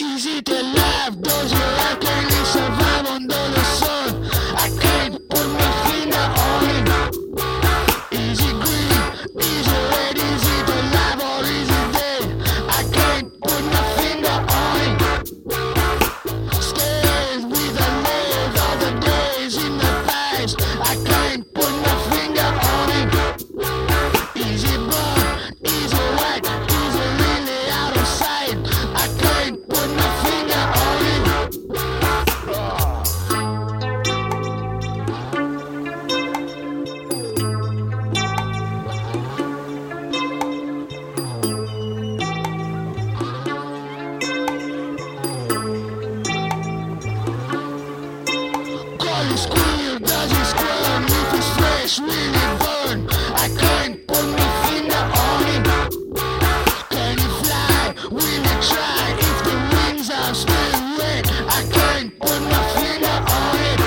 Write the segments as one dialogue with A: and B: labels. A: music and life. Those who I can survive under the sun. I can't put my finger on it. Is it green? Is it red? Is it alive or is it dead? I can't put my finger on it. Stays with the nails of the days in the past. I can't put my finger on it. Is it brown? Is it white? Is it really out of sight? I can't put my finger on it. Call it squeal, does it squirm? If it's fresh, will it burn? I can't put my finger on it. Can it fly? Will it try? If the wings are still wet, I can't put my finger on it.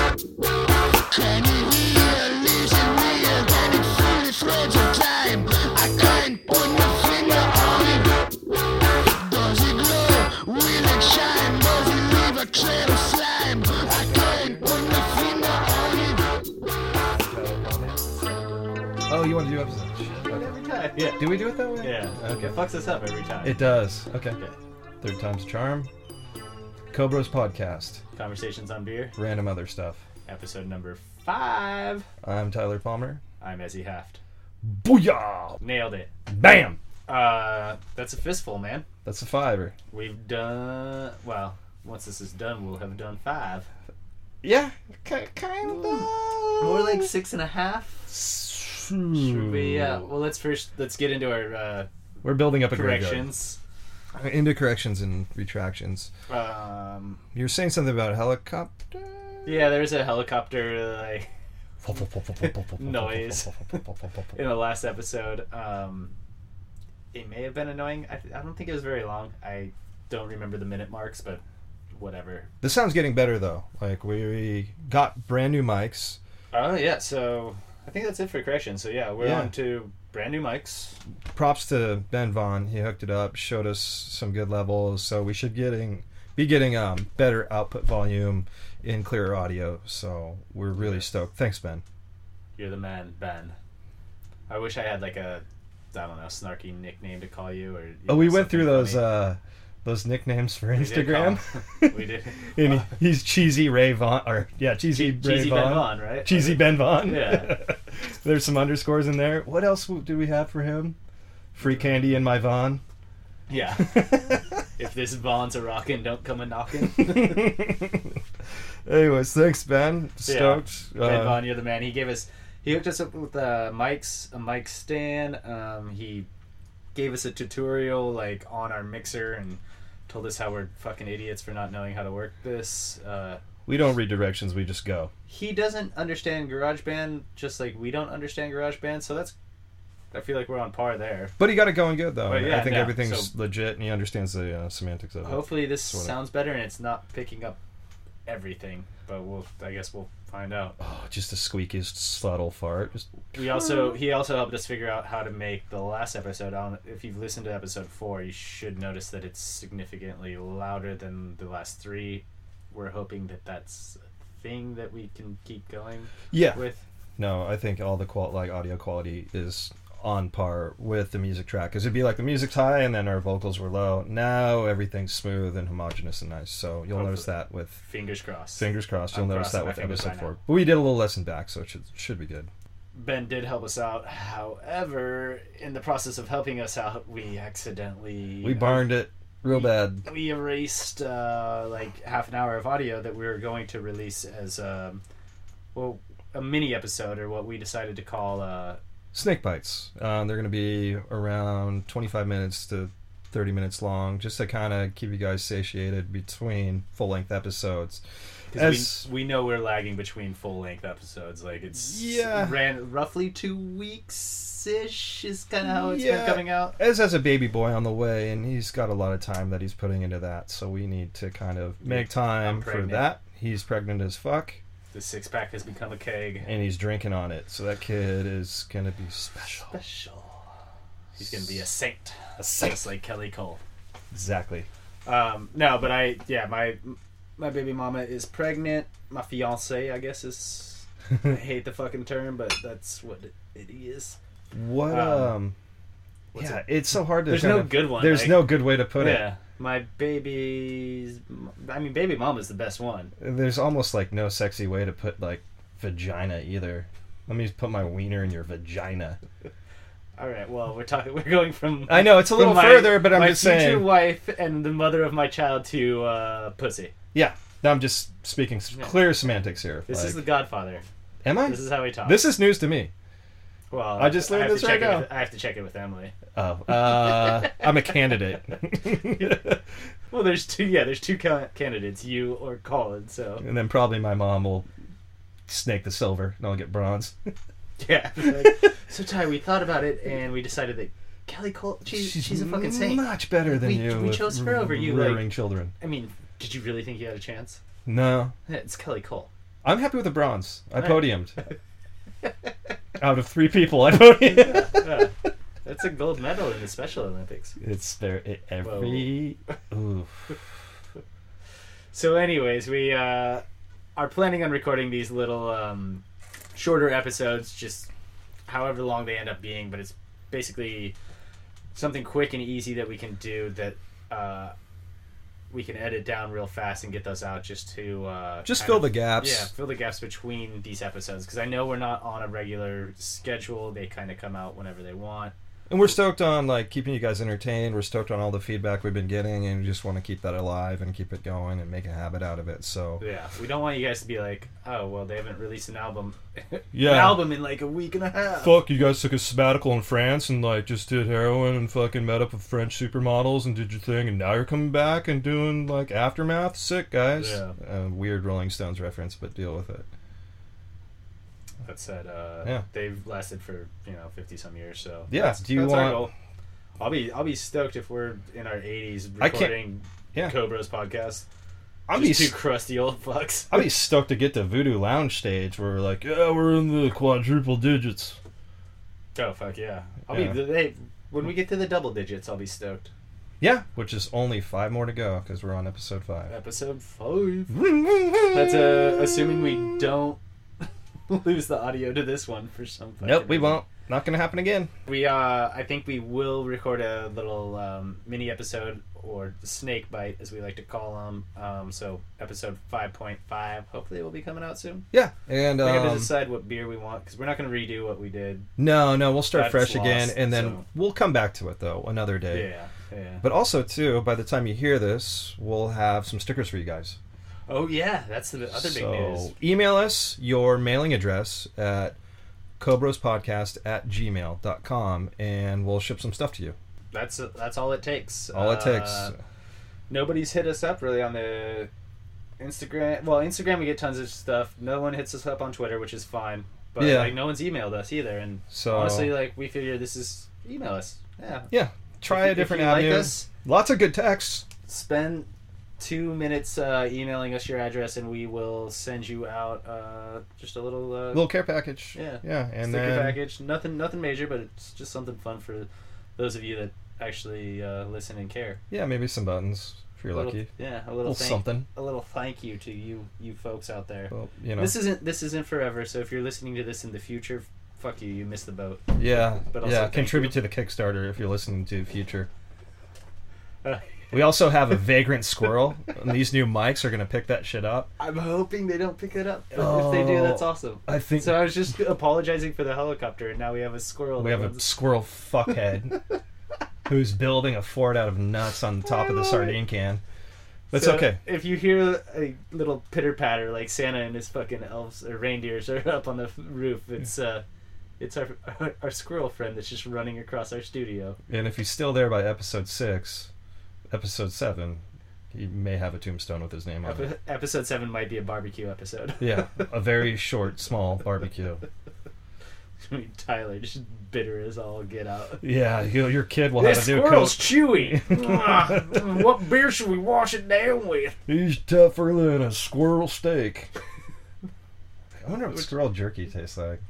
A: Can it heal? Is it real? Can it feel the threads of time? I can't put my finger on it. Does it glow? Will it shine? Does it leave a trail of slime? I can't put my finger on it.
B: Oh, you want to do episode? Shit, Okay.
C: yeah.
B: Do we do it that way?
C: Yeah.
B: Okay.
C: It fucks us up every time.
B: It does. Okay.
C: Okay.
B: Third time's a charm. Cobros podcast,
C: Conversations on Beer,
B: random other stuff.
C: episode number five.
B: I'm Tyler Palmer.
C: I'm Ezzy Haft.
B: Booyah!
C: Nailed it.
B: Bam!
C: Uh, that's a fistful, man.
B: That's a fiver.
C: We've done well. Once this is done, we'll have done five.
B: Yeah, kind of.
C: More like six and a half. Should we? Uh, well, let's first let's get into our uh,
B: We're building up a correction.
C: corrections.
B: Into corrections and retractions.
C: Um,
B: You were saying something about a helicopter.
C: yeah, there's a helicopter like Noise. in the last episode. Um, it may have been annoying. I, I don't think it was very long. I don't remember the minute marks, but whatever.
B: This sounds getting better though. Like we, we got brand new mics.
C: Oh yeah, so I think that's it for corrections. So yeah, we're
B: Yeah.
C: on to brand new mics.
B: Props to Ben Vaughn. He hooked it up, showed us some good levels. So we should getting be getting um better output volume in clearer audio. So we're really stoked. Thanks, Ben.
C: You're the man, Ben. I wish I had like a I don't know snarky nickname to call you or. you
B: Oh,
C: know,
B: we went
C: something
B: through those
C: funny.
B: uh those nicknames for
C: We did call
B: Instagram.
C: him- we did. Uh,
B: and he- he's cheesy Ray Vaughn, or yeah, cheesy Ray
C: Cheesy
B: Vaughn.
C: Ben Vaughn, right?
B: Cheesy Ben Vaughn.
C: Yeah.
B: There's some underscores in there. What else w- do we have for him? Free
C: Uh,
B: candy in my Vaughn.
C: Yeah. if this Vaughn's a rockin', don't come a knockin'.
B: Anyways, thanks Ben. Stoked.
C: Ben
B: Uh,
C: Vaughn, you're the man. He gave us, he hooked us up with uh, mics, a mic stand. Um, he gave us a tutorial like on our mixer and told us how we're fucking idiots for not knowing how to work this. Uh,
B: we don't read directions. We just go.
C: he doesn't understand GarageBand, just like we don't understand GarageBand. So that's, I feel like we're on par there.
B: But he got it going good though.
C: But
B: and
C: yeah,
B: I think
C: no,
B: everything's
C: so- Oh.
B: legit, and he understands the uh, semantics of it.
C: Hopefully this
B: Sorta.
C: sounds better and it's not picking up everything, but we'll, I guess we'll find out.
B: Oh, just the squeakiest subtle fart. Just
C: We also he also helped us figure out how to make the last episode. On if you've listened to episode four, you should notice that it's significantly louder than the last three. We're hoping that that's a thing that we can keep going
B: yeah.
C: with.
B: No, I think all the qual- like audio quality is on par with the music track. Cause it'd be like the music's high and then our vocals were low. Now everything's smooth and homogenous and nice. So you'll notice that with
C: Fingers crossed.
B: fingers crossed. You'll
C: I'm
B: notice that
C: crossing my
B: with
C: fingers
B: episode
C: right
B: four.
C: now.
B: But we did a little lesson back, so it should should be good.
C: Ben did help us out. However, in the process of helping us out, we accidentally
B: We barned it real bad.
C: we erased uh, like half an hour of audio that we were going to release as um, well a mini episode or what we decided to call. Uh,
B: Snake bites. Um, they're gonna be around 25 minutes to 30 minutes long, just to kind of keep you guys satiated between full length episodes.
C: Because
B: As-
C: we, we know we're lagging between full length episodes. Like it's
B: Yeah.
C: ran roughly two weeks ish is kind of how it's
B: Yeah.
C: been coming out.
B: Ez has a baby boy on the way, and he's got a lot of time that he's putting into that. So we need to kind of make time
C: I'm
B: for
C: pregnant.
B: that. He's pregnant as fuck,
C: The six pack has become a keg.
B: and he's drinking on it. So that kid is gonna be special.
C: Special. He's gonna be a saint,
B: A saint.
C: just like Kelly Cole.
B: Exactly.
C: Um, no, but I yeah my my baby mama is pregnant. My fiance, I guess is I hate the fucking term, but that's what it, it is.
B: What
C: Um,
B: um,
C: what's
B: yeah, it's so hard to.
C: There's
B: kind
C: no
B: of-
C: good one,
B: There's
C: like-
B: no good way to put
C: yeah, my baby's. I mean, baby mama's the best one.
B: it. There's almost like no sexy way to put like vagina either. Let me put my wiener in your vagina.
C: All right, well, we're talking. We're going from.
B: I know it's a
C: from
B: little
C: my-
B: further, but I'm
C: my
B: just
C: future
B: saying.
C: wife and the mother of my child to uh, pussy.
B: yeah, no, I'm just speaking s
C: Yeah.
B: clear semantics here.
C: This is the
B: like-
C: Godfather.
B: am I?
C: This is how we talk.
B: This is news to me.
C: well,
B: I just learned
C: have to
B: this
C: check
B: right
C: it
B: now.
C: with- I have to check it with Emily.
B: Oh, uh, I'm a candidate.
C: Well, there's two. Yeah, there's two ca- candidates, you or Colin. So
B: and then probably my mom will snake the silver, and I'll get bronze.
C: yeah. Like, so Ty, we thought about it and we decided that Kelly Cole, she, she's, a fucking saint.
B: Much better than
C: We-
B: you.
C: we
B: with
C: chose her over you,
B: Rearing
C: like-
B: children.
C: I mean, did you really think you had a chance?
B: No,
C: Yeah, It's Kelly Cole.
B: I'm happy with the bronze. I
C: Right.
B: podiumed. Out of three people, I podiumed.
C: Yeah. That's a gold medal in the Special Olympics.
B: it's there it, every. Ooh.
C: So, anyways, we uh, are planning on recording these little um, shorter episodes, just however long they end up being, but it's basically something quick and easy that we can do that uh, we can edit down real fast and get those out just to uh,
B: Just
C: kind
B: fill
C: of-
B: the gaps.
C: Yeah, fill the gaps between these episodes because I know we're not on a regular schedule. They kind of come out whenever they want.
B: And we're stoked on like keeping you guys entertained. We're stoked on all the feedback we've been getting, and we just want to keep that alive and keep it going and make a habit out of it. So
C: Yeah, we don't want you guys to be like, oh, well, they haven't released an album,
B: Yeah.
C: an album in like a week and a half.
B: Fuck, you guys took a sabbatical in France and like just did heroin and fucking met up with French supermodels and did your thing, and now you're coming back and doing like aftermath. Sick guys.
C: Yeah.
B: Uh, weird Rolling Stones reference, but deal with it.
C: That said, uh,
B: Yeah.
C: they've lasted for you know fifty some years, so
B: Yeah,
C: That's,
B: do you
C: that's
B: want-
C: Our goal. I'll be I'll be stoked if we're in our eighties
B: I can't-
C: recording
B: Yeah.
C: Cobra's podcast.
B: I'll be
C: Just
B: s-
C: two crusty old fucks.
B: I'll be stoked to get to Voodoo Lounge stage where we're like, yeah, we're in the quadruple digits.
C: Oh fuck yeah! I'll
B: Yeah.
C: be they, when we get to the double digits. I'll be stoked.
B: Yeah, which is only five more to go because we're on episode five.
C: Episode five.
B: That's
C: That's uh, assuming we don't lose the audio to this one for some. fucking
B: Nope, we
C: reason.
B: won't. Not gonna happen again.
C: We uh, I think we will record a little um, mini episode or snake bite, as we like to call them. Um, so episode five point five. Hopefully, will be coming out soon.
B: Yeah, and
C: we have to
B: um,
C: decide what beer we want because we're not going to redo what we did.
B: no, no, we'll start
C: That's
B: fresh
C: lost,
B: again, and then
C: so-
B: we'll come back to it though another day.
C: Yeah, yeah.
B: But also too, by the time you hear this, we'll have some stickers for you guys.
C: oh yeah, that's the other
B: so
C: big news.
B: email us your mailing address at cobrospodcast at gmail.com and we'll ship some stuff to you.
C: That's that's all it takes.
B: All it takes.
C: Uh, nobody's hit us up really on the Instagram. Well, Instagram we get tons of stuff. No one hits us up on Twitter, which is fine. But
B: Yeah.
C: like no one's emailed us either, and
B: So
C: honestly, like we figure this is email us. Yeah.
B: yeah, try
C: If-
B: a different
C: if you
B: avenue.
C: Like us,
B: Lots of good texts.
C: spend two minutes uh, emailing us your address, and we will send you out uh, just a little uh,
B: Little care package.
C: Yeah.
B: Yeah, and
C: sticker
B: then
C: package. Nothing, nothing major, but it's just something fun for those of you that actually uh, listen and care.
B: yeah, maybe some buttons if you're
C: A little-
B: lucky.
C: yeah, a
B: A
C: little
B: little
C: thank,
B: something.
C: a little thank you to you, you folks out there.
B: Well, you know.
C: This isn't this isn't forever. So if you're listening to this in the future, fuck you, you missed the boat.
B: yeah.
C: but also
B: yeah,
C: thank
B: contribute to the Kickstarter if you're listening to the future. We also have a vagrant squirrel, and these new mics are going to pick that shit up.
C: I'm hoping they don't pick it up. But if they do,
B: Oh,
C: that's awesome.
B: I think
C: So I was just apologizing for the helicopter, and now we have a squirrel.
B: we
C: that
B: have a
C: runs-
B: squirrel fuckhead who's building a fort out of nuts on the top of the
C: love it.
B: sardine can. That's
C: So
B: okay.
C: If you hear a little pitter patter like Santa and his fucking elves or reindeers are up on the roof, it's uh, it's our, our our squirrel friend that's just running across our studio.
B: And if he's still there by episode six, episode seven, he may have a tombstone with his name on it.
C: Epi- episode seven might be a barbecue episode.
B: Yeah, a very short, small barbecue.
C: I mean, Tyler just bitter as all get out.
B: Yeah, you, your kid will have
C: This
B: a new coat.
C: squirrel's chewy. Mwah. what beer should we wash it down with?
B: He's tougher than a squirrel steak. I wonder what squirrel jerky tastes like.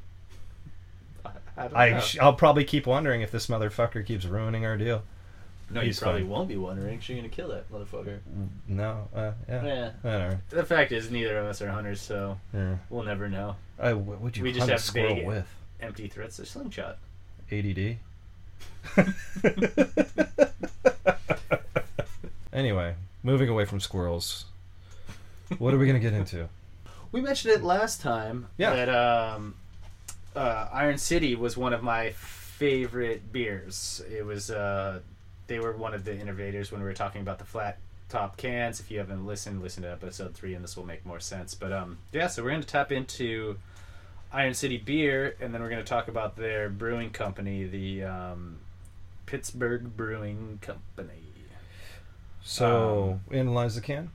C: I don't
B: I,
C: know.
B: sh- I'll probably keep wondering if this motherfucker keeps ruining our deal.
C: No, you
B: He's
C: probably
B: fine.
C: won't be wondering. 'cause You're gonna kill that motherfucker.
B: No, uh, yeah.
C: Yeah.
B: Whatever.
C: The fact is, neither of us are hunters, so
B: Yeah.
C: we'll never know.
B: I, Oh, what would you
C: We just
B: hunt a
C: have
B: squirrel
C: vague-
B: with?
C: Empty threats or slingshot.
B: ADD. anyway, moving away from squirrels. What are we gonna get into?
C: We mentioned it last time
B: Yeah.
C: that um, uh, Iron City was one of my favorite beers. It was uh, they were one of the innovators when we were talking about the flat top cans. If you haven't listened, listen to episode three, and this will make more sense. But um, yeah, so we're going to tap into Iron City beer, and then we're going to talk about their brewing company, the um, Pittsburgh Brewing Company.
B: So,
C: Um,
B: in lies the can.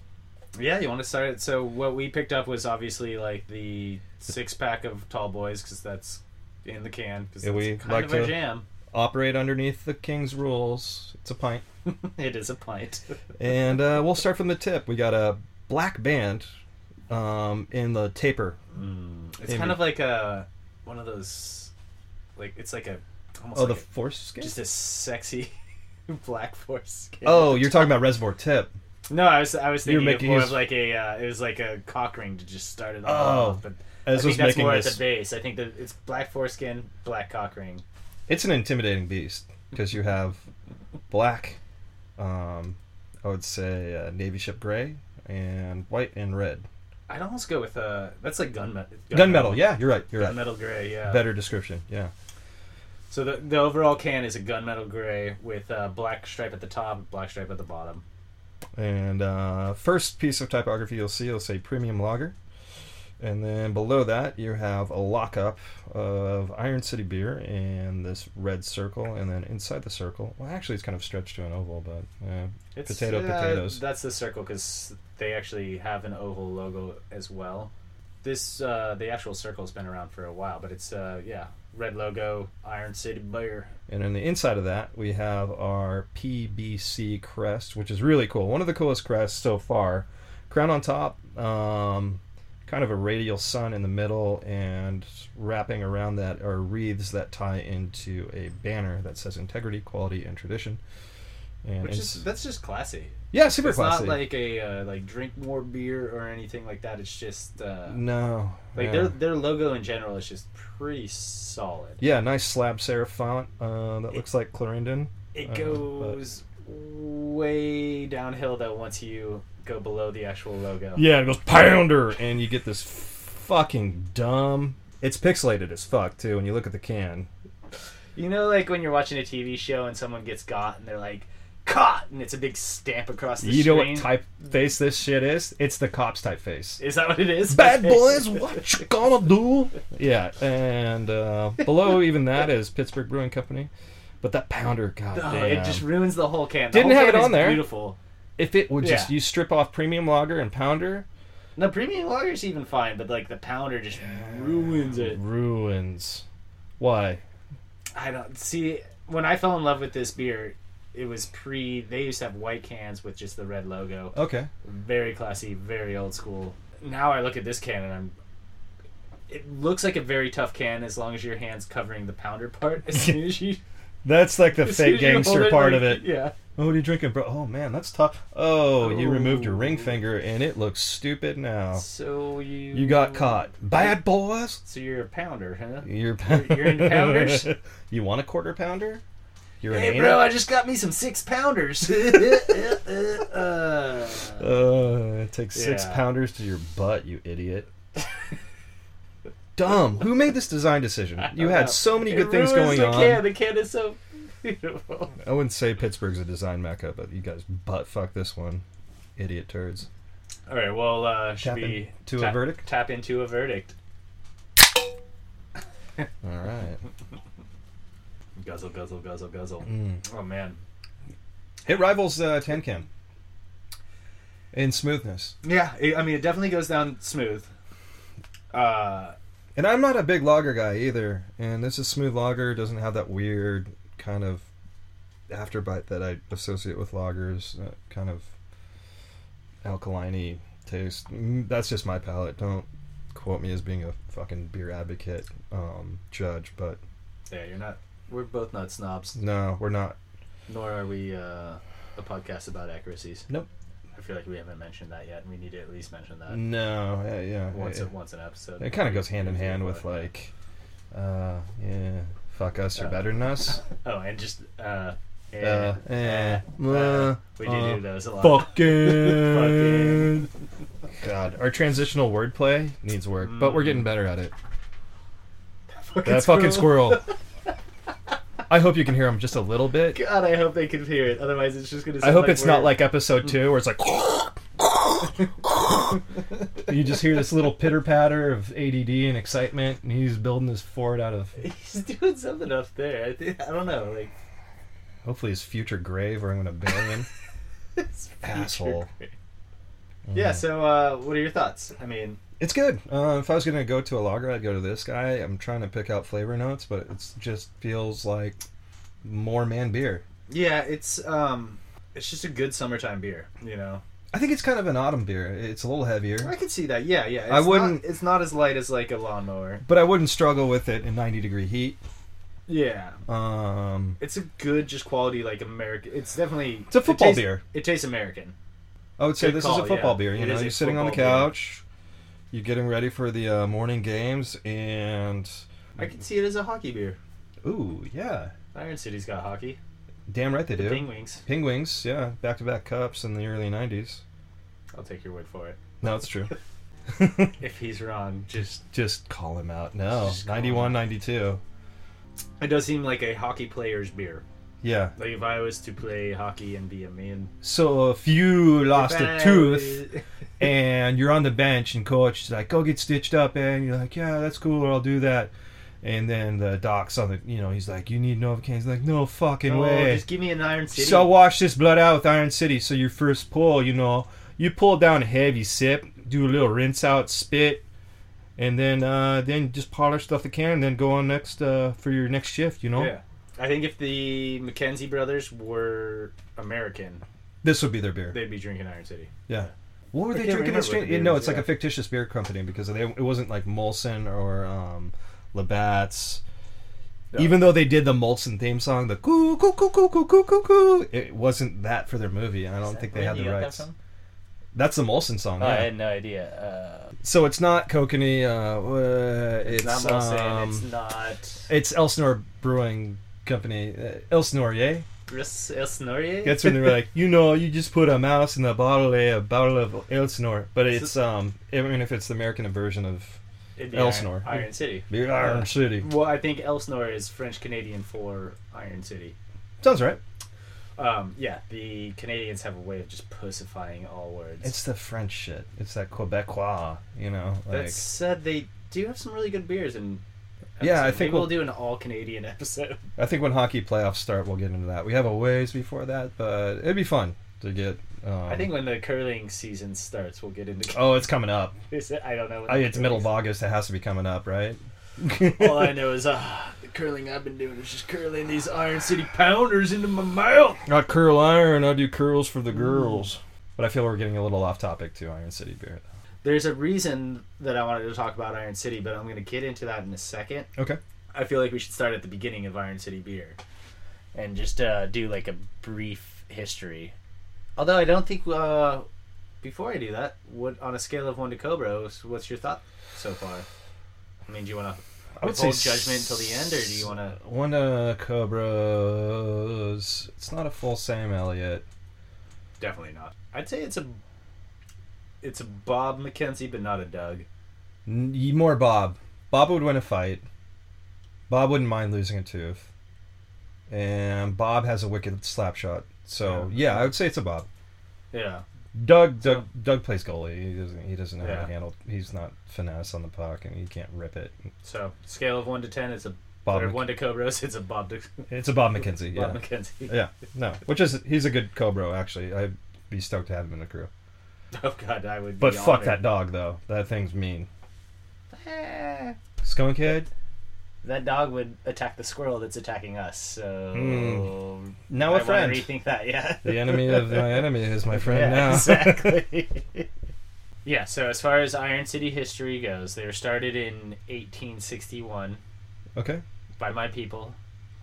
C: Yeah, you want to start it? So what we picked up was obviously like the six pack of Tall Boys because that's in the can because
B: Yeah, we
C: kind
B: like
C: of our
B: to-
C: jam.
B: Operate underneath the king's rules. It's a pint.
C: it is a pint.
B: And uh, we'll start from the tip. We got a black band um, in the taper.
C: It's
B: Maybe.
C: kind of like a one of those like it's like a almost
B: Oh, the
C: like a-
B: force skin?
C: just a sexy black force. skin.
B: Oh, you're talking about Reservoir Tip.
C: no, I was I was
B: You're
C: thinking of
B: making
C: more
B: use-
C: of like a uh, it was like a cock ring to just start it all
B: Oh.
C: off. But I
B: As
C: think
B: was
C: that's
B: making
C: more at
B: this,
C: the base. I think that it's black foreskin, black cock ring.
B: it's an intimidating beast because you have black, um, I would say uh, navy ship gray, and white and red.
C: I'd almost go with uh that's like gunmetal.
B: Gunmetal. Yeah, you're right. You're right.
C: Gunmetal gray, yeah.
B: Better description. Yeah.
C: So the, the overall can is a gunmetal gray with a black stripe at the top, black stripe at the bottom.
B: And uh, first piece of typography you'll see will say premium lager. And then below that, you have a lockup of Iron City beer and this red circle. And then inside the circle, well, actually, it's kind of stretched to an oval, but uh, yeah.
C: It's,
B: Potato, potatoes.
C: That's the circle because they actually have an oval logo as well. This uh, the actual circle's been around for a while, but it's uh, yeah red logo Iron City Beer.
B: And on the inside of that, we have our PBC crest, which is really cool. One of the coolest crests so far. Crown on top, um, kind of a radial sun in the middle, and wrapping around that are wreaths that tie into a banner that says integrity, quality, and tradition. And
C: Which
B: it's-
C: is that's just classy.
B: yeah, super
C: it's
B: classy.
C: not like a uh, like drink more beer or anything like that. It's just uh,
B: no,
C: like
B: yeah.
C: their their logo in general is just pretty solid.
B: yeah, nice slab serif font uh, that looks like Clarendon.
C: it
B: Uh,
C: goes way downhill though once you go below the actual logo.
B: Yeah, it goes pounder, and you get this fucking dumb. It's pixelated as fuck too. When you look at the can,
C: You know, like when you're watching a TV show and someone gets got and they're like caught, and it's a big stamp across the
B: you
C: screen.
B: know what typeface this shit is? It's the cops typeface.
C: Is that what it is?
B: Bad boys, what you gonna do? Yeah, and uh, below even that is Pittsburgh Brewing Company. But that pounder, god
C: Oh,
B: damn.
C: it just ruins the whole can. The
B: Didn't
C: whole
B: have
C: can
B: it
C: is
B: on there.
C: Beautiful.
B: if it would just
C: Yeah.
B: you strip off premium lager and pounder,
C: No, premium lager's even fine, but like the pounder just ruins it.
B: ruins. Why?
C: I don't see when I fell in love with this beer. It was pre. They used to have white cans with just the red logo.
B: Okay.
C: very classy, very old school. Now I look at this can and I'm. It looks like a very tough can as long as your hand's covering the pounder part. As soon as you,
B: That's like the
C: as soon
B: fake
C: as you hold
B: gangster part
C: like-
B: of it.
C: Yeah.
B: Oh, what are you drinking, bro? Oh man, that's tough. Oh, you removed your ring
C: Ooh.
B: finger and it looks stupid now.
C: So you.
B: Oh. You got caught. Bad boys.
C: So you're a pounder, huh?
B: You're
C: You're- you're into pounders?
B: you want a quarter pounder? You're
C: Hey,
B: an
C: bro,
B: anal-
C: I just got me some six pounders. Uh,
B: Uh, it takes six
C: Yeah.
B: pounders to your butt, you idiot. Dumb. Who made this design decision? You had so many
C: it
B: good things going
C: ruins the
B: on.
C: Can. The can is so beautiful.
B: I wouldn't say Pittsburgh's a design mecca, but you guys butt fuck this one, idiot turds.
C: All right, well, uh, should
B: Tap
C: we
B: into a
C: tap-
B: verdict?
C: Tap into a verdict.
B: All right,
C: Guzzle, guzzle, guzzle, guzzle.
B: Mm.
C: Oh man.
B: it rivals uh, Ten Can in smoothness.
C: Yeah, it, I mean, it definitely goes down smooth. Uh,
B: And I'm not a big lager guy either. And this is smooth lager, doesn't have that weird kind of afterbite that I associate with lagers, that kind of alkaline taste. Mm, That's just my palate. Don't quote me as being a fucking beer advocate um, judge, but
C: yeah, you're not. We're both not snobs.
B: no, we're not.
C: Nor are we uh, a podcast about accuracies.
B: Nope.
C: I feel like we haven't mentioned that yet, and we need to at least mention that
B: No, yeah, yeah.
C: Uh, once
B: it,
C: a, once an episode.
B: it kind of goes hand in hand with like, uh, yeah, fuck us, you're
C: Uh,
B: better than us.
C: Oh, and just uh, eh,
B: Uh, eh, uh,
C: we do
B: uh,
C: do those a lot.
B: Fucking. God, our transitional wordplay needs work, but we're getting better at it. That fucking squirrel. I hope you can hear him just a little bit.
C: God, I hope they can hear it. Otherwise, it's just gonna.
B: I
C: sound
B: hope it's not
C: we're-
B: like episode two where it's like. you just hear this little pitter patter of ADD and excitement, and he's building his fort out of
C: he's doing something up there. I, think, I don't know, like
B: hopefully his future grave where I'm gonna bury him.
C: it's future
B: Asshole.
C: great. Yeah. So, uh, what are your thoughts? I mean,
B: It's good. Uh, if I was gonna go to a lager, I'd go to this guy. I'm trying to pick out flavor notes, but it just feels like more man beer.
C: yeah, it's um, it's just a good summertime beer. You know,
B: I think it's kind of an autumn beer. It's a little
C: I
B: heavier,
C: can see that. Yeah, yeah. It's
B: I wouldn't-
C: Not, it's not as light as like a lawnmower.
B: but I wouldn't struggle with it in 90 degree heat.
C: Yeah,
B: Um,
C: it's a good, just quality like American. It's definitely
B: it's a
C: it
B: football
C: tastes-
B: beer.
C: It tastes American.
B: I would say
C: Good
B: this
C: call,
B: is a football
C: yeah.
B: beer. You
C: It
B: know,
C: is a
B: you're sitting on the
C: football beer.
B: couch, you're getting ready for the uh, morning games, and
C: I can see it as a hockey beer.
B: ooh, yeah,
C: Iron City's got hockey.
B: damn right they do.
C: Ping wings.
B: Penguins, yeah, back to back cups in the early 90s.
C: I'll take your word for it.
B: No, it's true.
C: If he's wrong, just
B: Just call him out. No,
C: Just call him
B: 91, 92.
C: it does seem like a hockey player's beer.
B: Yeah.
C: Like if I was to play hockey and be a man,
B: So if you lost a
C: If I
B: tooth
C: was-
B: and you're on the bench and coach is like, go get stitched up, eh?" and you're like, yeah, that's cool, I'll do that. And then the doc's on the, you know, he's like, you need Novocaine. He's like, no fucking
C: Oh,
B: way.
C: just give me an Iron City.
B: So wash this blood out with Iron City. So your first pull, you know, you pull down a heavy sip, do a little rinse out, spit, and then uh, then just polish off the can, and then go on next uh, for your next shift. You know,
C: yeah, I think if the McKenzie brothers were American,
B: this would be their beer.
C: they'd be drinking Iron City.
B: yeah. What were
C: I
B: they
C: can't
B: drinking?
C: remember
B: This
C: what the
B: drink? No,
C: beer
B: it's like
C: was,
B: a fictitious beer company because they, it wasn't like Molson or um, Labatt's.
C: No.
B: Even though they did the Molson theme song, the coo coo coo coo coo coo coo coo, it wasn't that for their movie. and I don't think they had the rights. That's the Molson song.
D: Oh,
B: yeah.
D: I had no idea. Uh,
B: So it's not Kokanee. Uh, uh, it's,
C: It's, not Molson.
B: um,
C: it's
B: it's,
C: not.
B: Elsinore Brewing Company. Uh, Elsinore, yeah.
C: Chris Elsnorie?
B: That's when they were like, you know, you just put a mouse in a bottle, eh, a bottle of Elsinore. But it's um, even if it's the American version of
C: It'd be
B: Elsinore.
C: Iron, Iron City.
B: Beer Iron City,
C: Well, I think Elsinore is French Canadian for Iron City.
B: sounds right.
C: Um, yeah, the Canadians have a way of just pussifying all words.
B: It's the French shit. It's that Quebecois, you know. Like,
C: that said, they do have some really good beers, and
B: Yeah, I think
C: we'll,
B: we'll-
C: do an all Canadian episode.
B: I think when hockey playoffs start, we'll get into that. We have a ways before that, but it'd be fun to get. Um,
C: I think when the curling season starts, we'll get into.
B: Oh, it's coming up.
C: Is it- I don't know. when
B: I,
C: the
B: Oh, it's middle of
C: curling-
B: August. It has to be coming up, right?
C: All I know is ah, the curling I've been doing is just curling these Iron City pounders into my mouth.
B: I curl iron. I do curls for the girls. But I feel we're getting a little off topic to Iron City beer.
C: There's a reason that I wanted to talk about Iron City, but I'm going to get into that in a second.
B: Okay.
C: I feel like we should start at the beginning of Iron City beer.
D: and just uh, do like a brief history.
C: Although I don't think uh, before I do that, what on a scale of one to Cobra, what's your thought so far? I mean, do you want to withhold judgment until the end, or do you want to?
B: One uh, Cobras. It's not a full Sam Elliott.
C: Definitely not. I'd say it's a it's a Bob McKenzie, but not a Doug.
B: N- y- More Bob. Bob would win a fight. Bob wouldn't mind losing a tooth. And Bob has a wicked slap shot. So yeah, I would say it's a Bob.
C: Yeah,
B: Doug Doug Doug plays goalie. He doesn't he doesn't know how
C: Yeah.
B: to handle. He's not finesse on the puck, and he can't rip it.
C: So scale of one to ten, it's a
B: Bob
C: or
B: Mc-
C: one to Cobras, it's a Bob, to,
B: It's a Bob McKenzie. Yeah.
C: Bob McKenzie.
B: yeah. No. Which is he's a good Cobra actually. I'd be stoked to have him in the crew.
C: Oh God, I would.
B: But
C: be
B: fuck that
C: honored.
B: dog though. That thing's mean.
D: Eh,
B: Skunk head.
D: That dog would attack the squirrel that's attacking us. So
B: Mm.
D: I
B: Now a
D: want to
B: friend.
D: rethink that. Yeah.
B: the enemy of my enemy is my friend
D: yeah,
B: now.
D: exactly.
C: Yeah. So as far as Iron City history goes, they were started in 1861
B: okay.
C: by my people,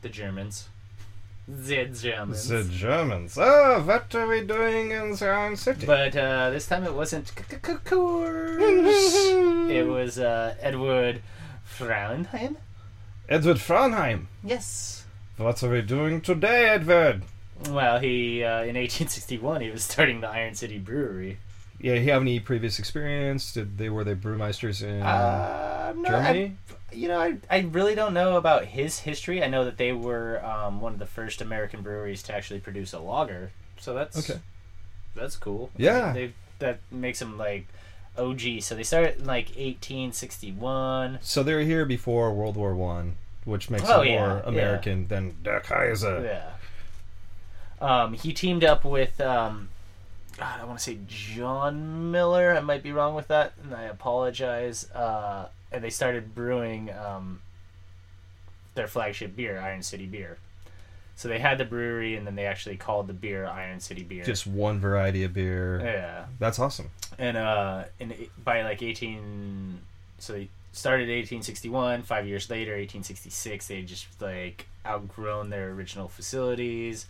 C: the Germans. The Germans.
B: The Germans. Oh, what are we doing in the own city?
C: But uh, this time it wasn't c- c- c- Coors. it was uh, Edward Frauenheim.
B: Edward Fraunheim.
C: Yes.
B: What are we doing today, Edward?
C: Well, he uh, in 1861 he was starting the Iron City Brewery.
B: Yeah, you have any previous experience? Did they were they brewmeisters in
C: Uh, no,
B: Germany?
C: I, you know, I, I really don't know about his history. I know that they were um, one of the first American breweries to actually produce a lager. So that's
B: Okay.
C: That's cool.
B: Yeah.
C: They, that makes them like OG. So they started in like 1861.
B: so they were here before World War One, which makes
C: Oh,
B: them
C: yeah,
B: more
C: yeah.
B: American than Der Kaiser.
C: Yeah. Um, he teamed up with um, God, I want to say John Miller. I might be wrong with that, and I apologize. Uh, and they started brewing um, their flagship beer, Iron City Beer. So they had the brewery, and then they actually called the beer Iron City Beer.
B: Just one variety of beer.
C: yeah.
B: That's awesome.
C: and uh and it- by like 18 so they started 1861 five years later 1866 they just like outgrown their original facilities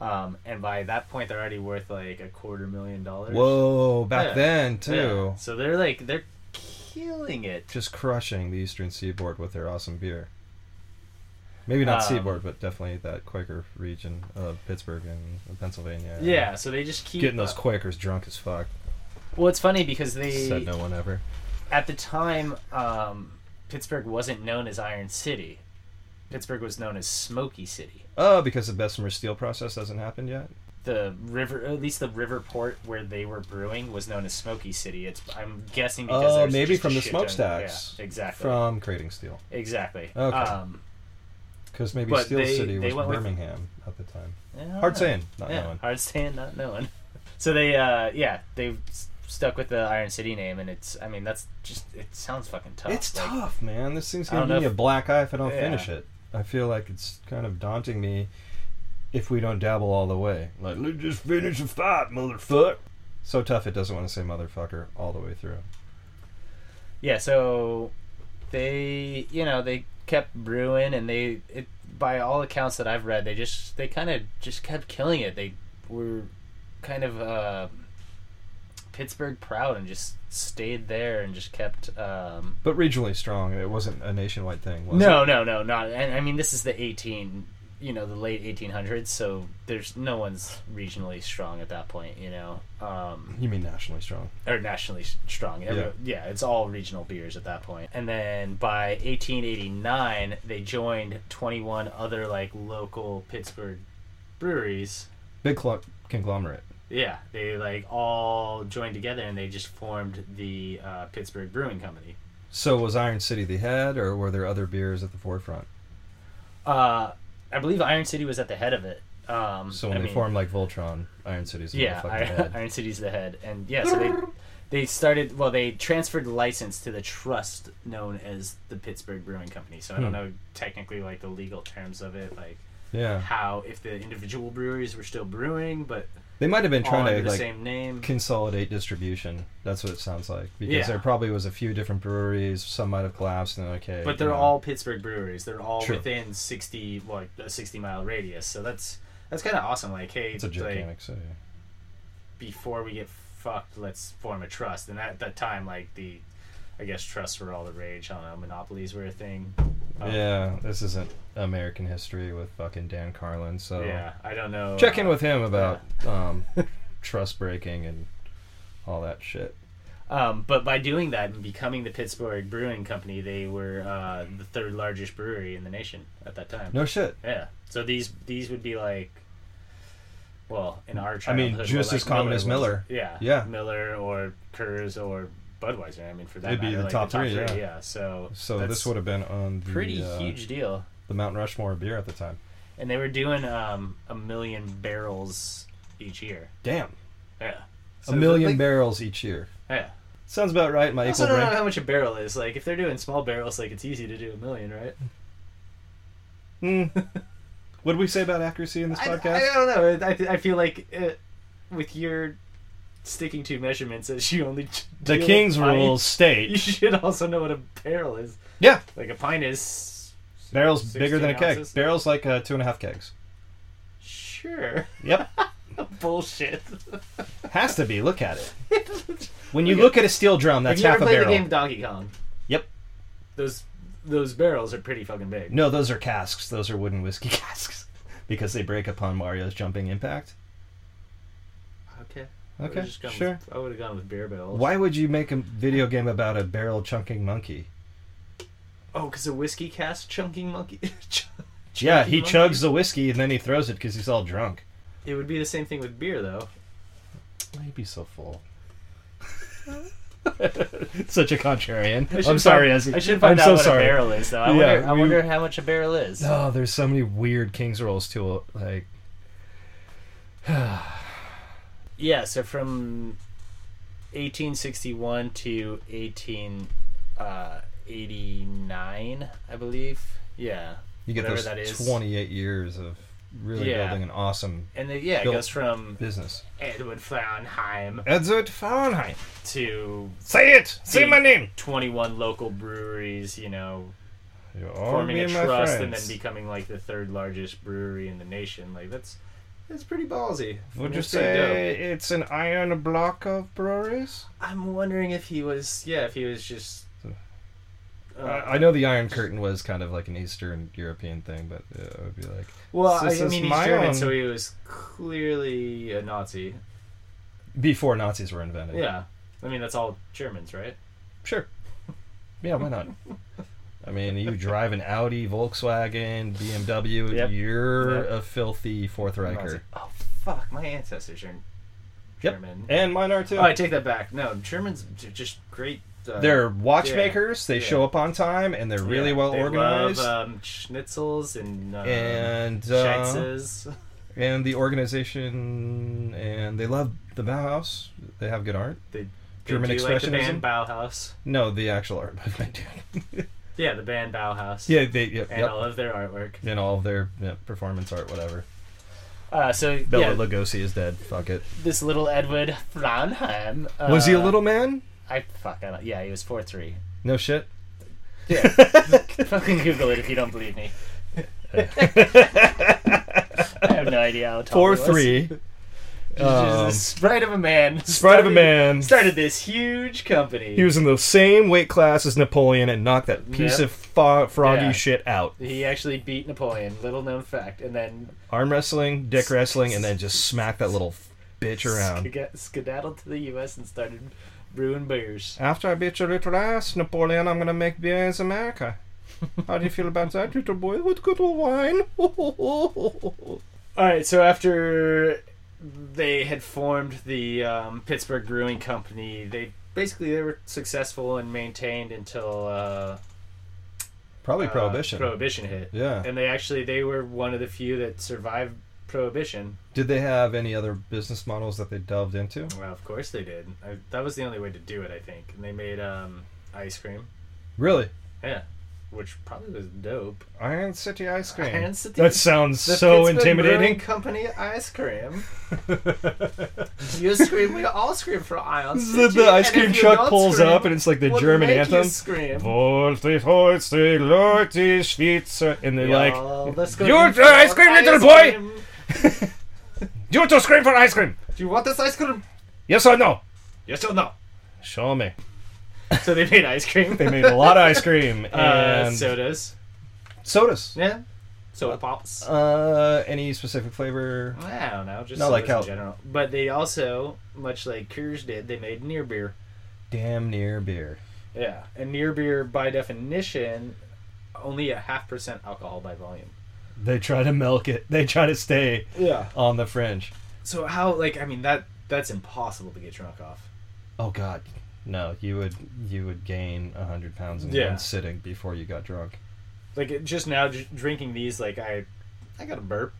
C: um and by that point they're already worth like a quarter million dollars
B: Whoa, back
C: Yeah.
B: then
C: Yeah.
B: too.
C: so they're like they're killing it
B: Just crushing the eastern seaboard with their awesome beer. Maybe not
C: Um,
B: seaboard, but definitely that Quaker region of Pittsburgh and Pennsylvania.
C: yeah so they just keep uh,
B: Getting those Quakers drunk as fuck.
C: well it's funny because they
B: Said no one ever.
C: at the time, um, Pittsburgh wasn't known as Iron City. Pittsburgh was known as Smoky City.
B: Oh, because the Bessemer steel process hasn't happened yet?
C: The river, at least the river port where they were brewing, was known as Smoky City. It's I'm guessing because
B: Oh,
C: there's
B: maybe
C: just a
B: from the
C: shit ton-
B: smokestacks.
C: Yeah, exactly.
B: From creating steel.
C: exactly.
B: Okay.
C: Um,
B: Because maybe
C: But
B: Steel
C: they-
B: City
C: they
B: was
C: went with-
B: Birmingham at the time.
C: yeah,
B: Hard saying, not
C: yeah,
B: knowing.
C: Hard saying, not knowing. So they, uh, yeah, they've s- stuck with the Iron City name, and it's. I mean, that's just. It sounds fucking tough.
B: It's
C: Like,
B: tough, man. This thing's
C: I
B: gonna
C: don't
B: give
C: know
B: me a
C: if-
B: black eye if I don't
C: Yeah.
B: finish it. I feel like it's kind of daunting me if we don't dabble all the way. Like, let's just finish the fight, motherfucker. So tough it doesn't want to say motherfucker all the way through.
C: yeah so they you know they kept brewing and they it, by all accounts that i've read they just they kind of just kept killing it they were kind of uh pittsburgh proud and just stayed there and just kept um
B: But regionally strong. It wasn't a nationwide thing, was it?
C: no no no not and i mean this is the 18 you know the late 1800s so there's no one's regionally strong at that point you know um
B: You mean nationally strong.
C: or nationally s- strong. Every-
B: Yeah.
C: yeah. it's all regional beers at that point. And then by 1889, they joined 21 other like local Pittsburgh breweries.
B: Big clo- conglomerate.
C: Yeah, they like all joined together and they just formed the uh, Pittsburgh Brewing Company.
B: So was Iron City the head, or were there other beers at the forefront?
C: Uh, I believe Iron City was at the head of it. Um,
B: So when
C: I
B: they
C: mean,
B: formed like Voltron, Iron City's the
C: yeah,
B: fucking
C: Iron,
B: head.
C: Iron City's the head, and yeah, so they they started. Well, they transferred the license to the trust known as the Pittsburgh Brewing Company. So I don't
B: Hmm.
C: know technically like the legal terms of it, like
B: yeah,
C: how if the individual breweries were still brewing, but
B: they might have been
C: all under
B: trying to
C: the
B: like
C: same name.
B: consolidate distribution. That's what it sounds like because
C: Yeah.
B: there probably was a few different breweries. Some might have collapsed, and then, okay,
C: But
B: you
C: they're
B: know.
C: all Pittsburgh breweries. They're all
B: True.
C: within sixty, like a sixty mile radius. So that's that's kind of awesome. Like, hey,
B: It's a
C: like,
B: gigantic city.
C: before we get fucked, let's form a trust. And at that time, like the, I guess trusts were all the rage. I don't know, monopolies were a thing. Um,
B: yeah, this isn't American history with fucking Dan Carlin. So
C: Yeah, I don't know.
B: Oh. check in with him about um, trust breaking and all that shit.
C: Um, but by doing that and becoming the Pittsburgh Brewing Company, they were uh, the third largest brewery in the nation at that time.
B: No shit.
C: Yeah. So these these would be like, well, in our
B: I
C: childhood,
B: mean,
C: well,
B: just
C: like
B: as common as
C: was-
B: Miller.
C: Yeah.
B: Yeah.
C: Miller or Coors or Budweiser. I mean, for that
B: It'd be
C: matter,
B: the
C: like
B: top three, yeah.
C: So
B: So
C: that's
B: this would have been on the
C: pretty
B: uh,
C: huge deal.
B: the Mount Rushmore beer at the time.
C: and they were doing um, a million barrels each year.
B: Damn,
C: Yeah,
B: a million barrels each year.
C: Yeah.
B: Sounds about right. My
C: I also
B: equal
C: don't
B: brain.
C: know how much a barrel is. Like, if they're doing small barrels, like it's easy to do a million, right?
B: Hmm. what did we say about accuracy in this
C: I,
B: podcast?
C: I don't know. I, th- I feel like uh with your sticking to measurements, as you only
B: the
C: deal
B: King's
C: with pints,
B: rules
C: You
B: state.
C: should also know what a barrel is.
B: Yeah,
C: Like a pint is.
B: barrels bigger than a
C: 16
B: keg.
C: ounces?
B: Barrels like uh, two and a half kegs.
C: sure.
B: Yep.
C: Bullshit.
B: Has to be. Look at it.
C: Have
B: When you look at a steel drum, that's
C: you ever
B: half a
C: played the
B: barrel.
C: game Donkey Kong?
B: Yep.
C: Those those barrels are pretty fucking big.
B: No, those are casks. Those are wooden whiskey casks because they break upon Mario's jumping impact.
C: Okay. I would've
B: Okay,
C: just gone
B: sure.
C: With, I would have gone with beer barrels.
B: Why would you make a video game about a barrel chunking monkey?
C: Oh, because a whiskey cast chunking monkey.
B: yeah, he
C: monkey?
B: chugs the whiskey and then he throws it because he's all drunk.
C: it would be the same thing with beer, though.
B: Why you be so full? Such a contrarian.
C: I should
B: I'm sorry,
C: find-
B: Ezzy.
C: I should find
B: I'm
C: out
B: so
C: what
B: sorry.
C: a barrel is, though. I,
B: Yeah,
C: wonder, I
B: we-
C: wonder how much a barrel is.
B: Oh, there's so many weird King's rolls to like.
C: Yeah, so from 1861 to 1889, I believe. Yeah.
B: You get
C: Whatever
B: those
C: that is.
B: 28 years of really
C: Yeah.
B: building an awesome
C: And then, yeah, it
B: Built-
C: goes from
B: business.
C: Edward Flaunheim
B: Edward Fahrenheit.
C: to
B: Say it. Say
C: Dude.
B: my name.
C: 21 local breweries, you know,
B: You're
C: forming a
B: my
C: trust and then
B: friends.
C: becoming like the third largest brewery in the nation. Like, that's that's pretty ballsy.
B: Would
C: That's
B: you
C: pretty dope.
B: say it's an iron block of breweries?
C: I'm wondering if he was, yeah, if he was just. uh,
B: I I know the Iron Curtain was kind of like an Eastern European thing, but uh, it would be like,
C: Well, I,
B: This
C: I
B: is
C: mean, he's
B: my
C: German,
B: own-
C: so he was clearly a Nazi.
B: before Nazis were invented.
C: Yeah. I mean, that's all Germans, right?
B: Sure. Yeah, why not? I mean, you drive an Audi, Volkswagen, BMW,
C: Yep.
B: you're
C: Yep.
B: a filthy Fourth
C: Nazi.
B: Riker.
C: Oh, fuck. My ancestors are
B: Yep.
C: German.
B: And mine are too.
C: Oh, I take that back. No, Germans are just great. Uh,
B: They're watchmakers, they
C: Yeah.
B: show up on time, and they're really
C: yeah,
B: well
C: they
B: organized.
C: Love, um, schnitzels and, um,
B: and uh,
C: scheizes.
B: and the organization, and they love the Bauhaus. They have good art.
C: They
B: German
C: do like the
B: expressionism?
C: band Bauhaus.
B: No, the actual art movement. dude.
C: Yeah, the band Bauhaus.
B: yeah, they yep,
C: And
B: yep.
C: all of their artwork.
B: and all of their yeah, performance art, whatever.
D: Uh, so
B: Bella
D: yeah,
B: Lugosi is dead. Fuck it.
D: this little Edward Flanham. Uh,
B: was he a little man?
D: I fuck. I don't, yeah, he was four three.
B: No shit.
D: Fucking Google it if you don't believe me. I have no idea how tall
B: Four
D: he was.
B: three.
D: Just
B: Um,
D: the sprite of a man.
B: Sprite of a man.
D: started this huge company.
B: He was in the same weight class as Napoleon and knocked that piece
D: Yep.
B: of fo- froggy
D: Yeah.
B: shit out.
D: He actually beat Napoleon. Little known fact. And then
B: Arm wrestling, dick wrestling, and then just smack that little bitch around.
D: skeda- skedaddled to the U.S. and started brewing beers.
B: After I beat your little ass, Napoleon, I'm gonna make beer in America. How do you feel about that, little boy? With good old wine.
D: All right. So
C: after they had formed the um, Pittsburgh Brewing Company, they basically they were successful and maintained until uh,
B: Probably
C: uh,
B: prohibition.
C: Prohibition hit,
B: yeah.
C: and they actually they were one of the few that survived Prohibition.
B: Did they have any other business models that they delved into?
C: Well, of course they did. I, that was the only way to do it, I think. And they made um, ice cream,
B: Really?
C: yeah, which probably was dope.
B: Iron City ice cream.
C: Iron City-
B: that sounds
C: The
B: so
C: Pittsburgh Brewing
B: intimidating.
C: Company ice cream. You scream, we all scream for Iron City.
B: the, the ice
C: and
B: cream
C: if you
B: truck
C: don't
B: pulls
C: scream,
B: up and it's like the
C: we'll
B: German
C: make you
B: anthem.
C: scream.
B: Wolf, die Holz, die Leute, Schweizer. And they're
C: Y'all,
B: like,
C: let's go
B: You
C: eat
B: want
C: some
B: ice cream, little boy?
C: cream.
B: You want to scream for ice cream?
C: Do you want this ice cream?
B: Yes or no?
C: Yes or no?
B: Show me.
C: So they made ice cream.
B: They made a lot of ice cream
C: uh,
B: and
C: sodas.
B: sodas.
C: Yeah. Soda pops.
B: Uh, any specific flavor?
C: I don't know, just
B: Not like
C: sodas
B: how-
C: in general. But they also, much like Coors did, they made near beer.
B: Damn near beer.
C: Yeah. And near beer, by definition, only a half percent alcohol by volume.
B: They try to milk it. They try to stay
C: Yeah.
B: on the fringe.
C: So how, like, I mean, that that's impossible to get drunk off.
B: Oh God, no! You would you would gain hundred pounds in
C: Yeah.
B: one sitting before you got drunk.
C: like it- just now j- drinking these like i i got a burp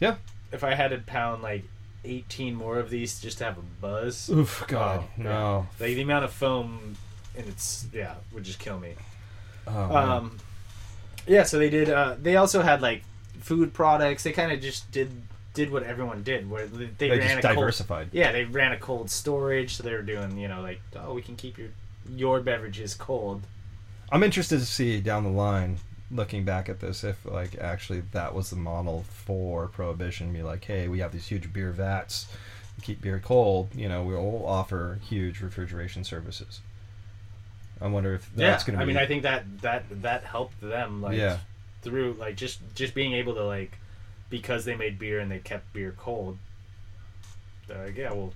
B: Yeah.
C: if i had to pound like 18 more of these just to have a buzz
B: Oof, God,
C: Oh,
B: no!
C: like the amount of foam and it's yeah would just kill me
B: Oh, man.
C: um yeah so they did uh they also had like food products they kind of just did did what everyone did where they, they
B: they
C: ran
B: just
C: a cold
B: diversified.
C: yeah, they ran a cold storage, so they were doing, you know, like, oh, we can keep your your beverages cold.
B: I'm interested to see down the line looking back at this if like actually that was the model for prohibition be like hey we have these huge beer vats to keep beer cold you know we'll offer huge refrigeration services i wonder if that's
C: yeah,
B: going to
C: I
B: be
C: mean, I think that that that helped them like
B: Yeah.
C: through like just just being able to like because they made beer and they kept beer cold. They're like, yeah, we'll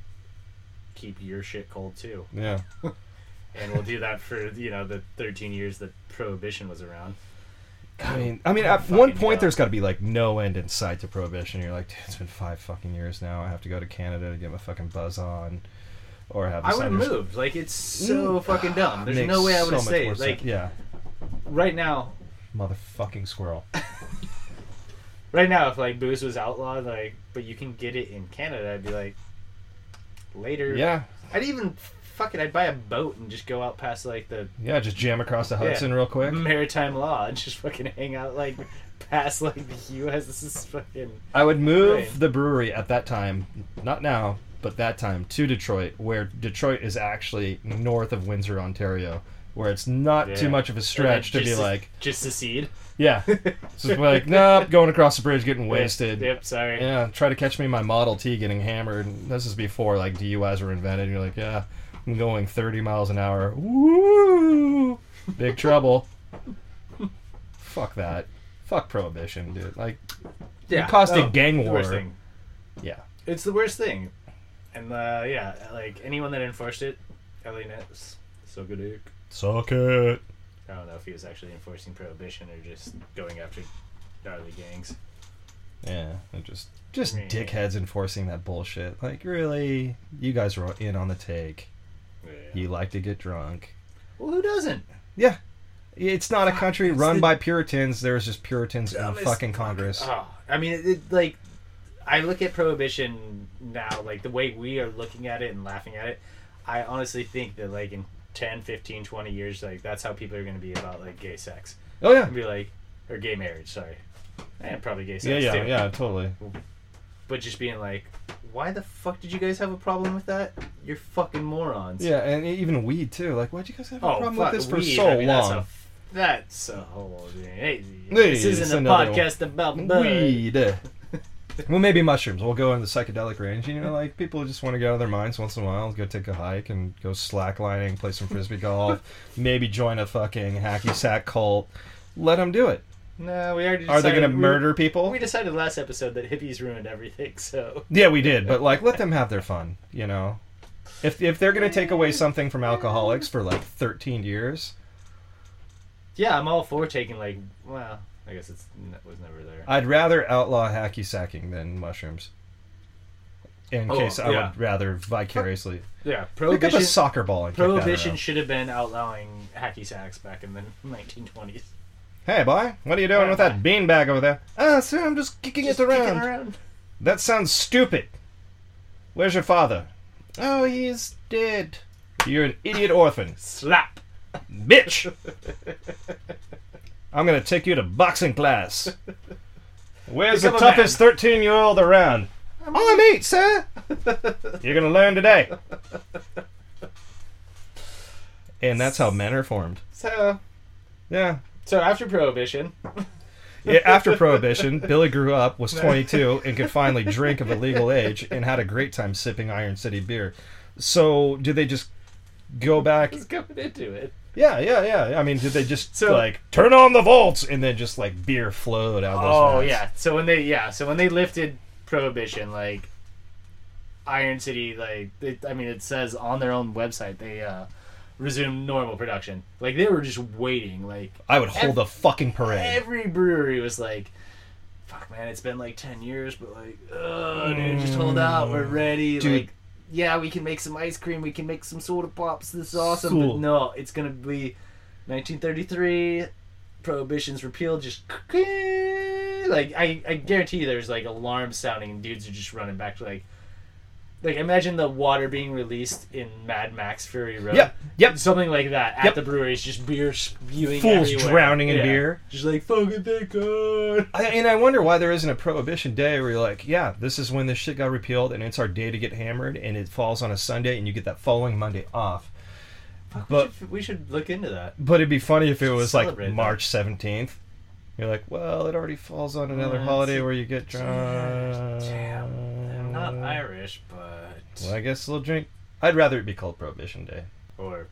C: keep your shit cold too,
B: yeah
C: and we'll do that for you know the 13 years that prohibition was around.
B: I mean, I mean,
C: Oh,
B: at one
C: fucking
B: point
C: hell.
B: there's got to be like no end in sight to prohibition. You're like, dude, it's been five fucking years now. I have to go to Canada to get my fucking buzz on, or have.
C: I
B: this
C: would have
B: under-
C: moved. Like it's so fucking dumb. There's
B: Makes
C: no way I would
B: so
C: have
B: much more
C: stayed.
B: sense.
C: Like
B: yeah,
C: right now,
B: motherfucking squirrel.
C: right now, if like booze was outlawed, like but you can get it in Canada, I'd be like later.
B: yeah,
C: I'd even fucking I'd buy a boat and just go out past like the
B: yeah, just jam across the Hudson real quick.
C: Mm-hmm. maritime law and just fucking hang out like past like the U.S. This is fucking
B: I would move
C: Right.
B: the brewery at that time, not now, but that time to Detroit, where Detroit is actually north of Windsor, Ontario, where it's not too
C: Yeah.
B: much of a stretch to
C: just
B: be
C: se-
B: like,
C: just secede.
B: yeah, it's just like, nope, going across the bridge, getting wasted.
C: Yep, sorry.
B: Yeah, try to catch me in my Model T getting hammered. This is before like DUIs were invented. You're like, yeah, I'm going 30 miles an hour. Woo! Big trouble. Fuck that. Fuck prohibition, dude. Like,
C: Yeah.
B: it caused a
C: Oh,
B: gang
C: the
B: war.
C: worst thing.
B: Yeah.
C: It's the worst thing. And uh, yeah, like anyone that enforced it, Ellie Nets, so good. dude.
B: Suck it.
C: I don't know if he was actually enforcing prohibition or just going after gnarly gangs.
B: Yeah, and just just
C: Yeah.
B: dickheads enforcing that bullshit. Like, really, you guys were in on the take. You like to get drunk.
C: Well, who doesn't?
B: It's not a country run by Puritans. There was just Puritans in
C: Dumbest
B: fucking Congress.
C: Oh, I mean, it, it, like, I look at prohibition now, like, the way we are looking at it and laughing at it. I honestly think that, like, in 10, 15, 20 years, like, that's how people are going to be about, like, gay sex.
B: Oh yeah,
C: And be like, or gay marriage, sorry. And probably gay sex.
B: yeah, yeah,
C: too.
B: yeah, totally.
C: But just being like, why the fuck did you guys have a problem with that? You're fucking morons.
B: Yeah, and even weed too. Like, why'd you guys have a
C: Oh,
B: problem
C: fuck,
B: with this for
C: weed.
B: so
C: I mean,
B: long?
C: That's a, that's a whole. Hey,
B: Hey,
C: this
B: it's
C: isn't a
B: another
C: podcast about bud.
B: weed. well, maybe mushrooms. We'll go in the psychedelic range. You know, like people just want to get out of their minds once in a while, go take a hike and go slacklining, play some frisbee golf, maybe join a fucking hacky sack cult. Let them do it.
C: No, we already.
B: Are they
C: decided
B: going to
C: we-
B: murder people?
C: We decided last episode that hippies ruined everything, so
B: Yeah, we did, but like, let them have their fun. You know, if if they're going to take away something from alcoholics for like 13 years,
C: yeah, I'm all for taking like. Well, I guess it's n- was never there.
B: I'd rather outlaw hacky sacking than mushrooms. In
C: Oh,
B: case I
C: yeah.
B: would rather vicariously
C: yeah,
B: pick up
C: prohibition.
B: a soccer ball and kick that
C: prohibition
B: around.
C: should have been outlawing hacky sacks back in the 1920s.
B: Hey boy, what are you doing with that beanbag over there? Ah, sir, I'm just kicking
C: Just
B: it
C: kicking
B: around. That sounds stupid. Where's your father? Oh, he's dead. You're an idiot orphan,
C: Slap.
B: bitch. I'm gonna take you to boxing class. Where's the
C: Become a man.
B: toughest 13 year old around? I'm eight, sir. You're gonna learn today. And that's how men are formed.
C: So,
B: Yeah.
C: so after prohibition,
B: Yeah, after Prohibition, Billy grew up, was 22, and could finally drink of a legal age, and had a great time sipping Iron City beer. So, did they just go back?
C: just going into it.
B: Yeah, yeah, yeah. I mean, did they just
C: So-
B: like turn on the vaults, and then just like beer flowed out? Of those
C: Oh
B: vats?
C: yeah. So when they yeah, so when they lifted prohibition, like Iron City, like they, I mean, it says on their own website they uh, resumed normal production. Like they were just waiting. Like
B: I would hold a fucking parade.
C: every brewery was like, "Fuck, man, it's been like ten years, but like, oh, dude, just hold out. We're ready."
B: Mm. Dude.
C: Like, yeah, we can make some ice cream. We can make some soda pops. This is awesome.
B: Cool.
C: But no, it's gonna be 1933. Prohibition's repealed. Just like I, I guarantee there's like alarms sounding and dudes are just running back to like. Like imagine the water being released in Mad Max Fury Road.
B: Yep, yep.
C: Something like that at
B: Yep.
C: the breweries, just beer spewing.
B: Fools
C: everywhere.
B: drowning in beer.
C: Just like fucking thank God.
B: I, and I wonder why there isn't a prohibition day where you're like, yeah, this is when this shit got repealed, and it's our day to get hammered, and it falls on a Sunday, and you get that following Monday off.
C: Fuck,
B: But-
C: we, should, we should look into that.
B: But it'd be funny if it was like
C: Celebrate that.
B: March seventeenth. You're like, well, it already falls on another
C: That's
B: holiday
C: a
B: where you get drunk.
C: I'm
B: Uh,
C: not Irish, but
B: Well, I guess we'll drink. I'd rather it be called Prohibition Day.
C: or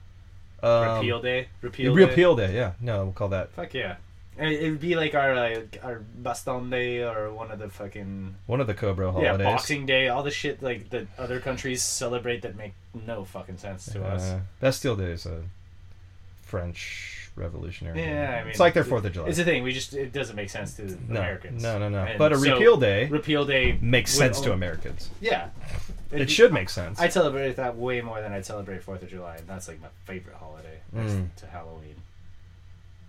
B: Um,
C: repeal day. Repeal. Day?
B: Repeal Day. Yeah. No, we'll call that
C: Fuck yeah. It would be like our like, our Baston Day or one of the fucking
B: one of the Cobra
C: yeah
B: holidays.
C: Boxing Day, all the shit like that other countries celebrate that make no fucking sense to us.
B: Uh, Bastille Day is a French Revolutionary. Day.
C: Yeah, I mean
B: it's like their Fourth of July.
C: It's the thing we just it doesn't make sense to
B: no,
C: Americans.
B: no, no, no.
C: And
B: But a
C: so,
B: repeal day
C: Repeal Day
B: makes
C: would
B: sense to
C: al-
B: Americans.
C: Yeah,
B: It should make sense.
C: I celebrate that way more than I celebrate Fourth of July, and that's like my favorite holiday next
B: Mm.
C: to Halloween.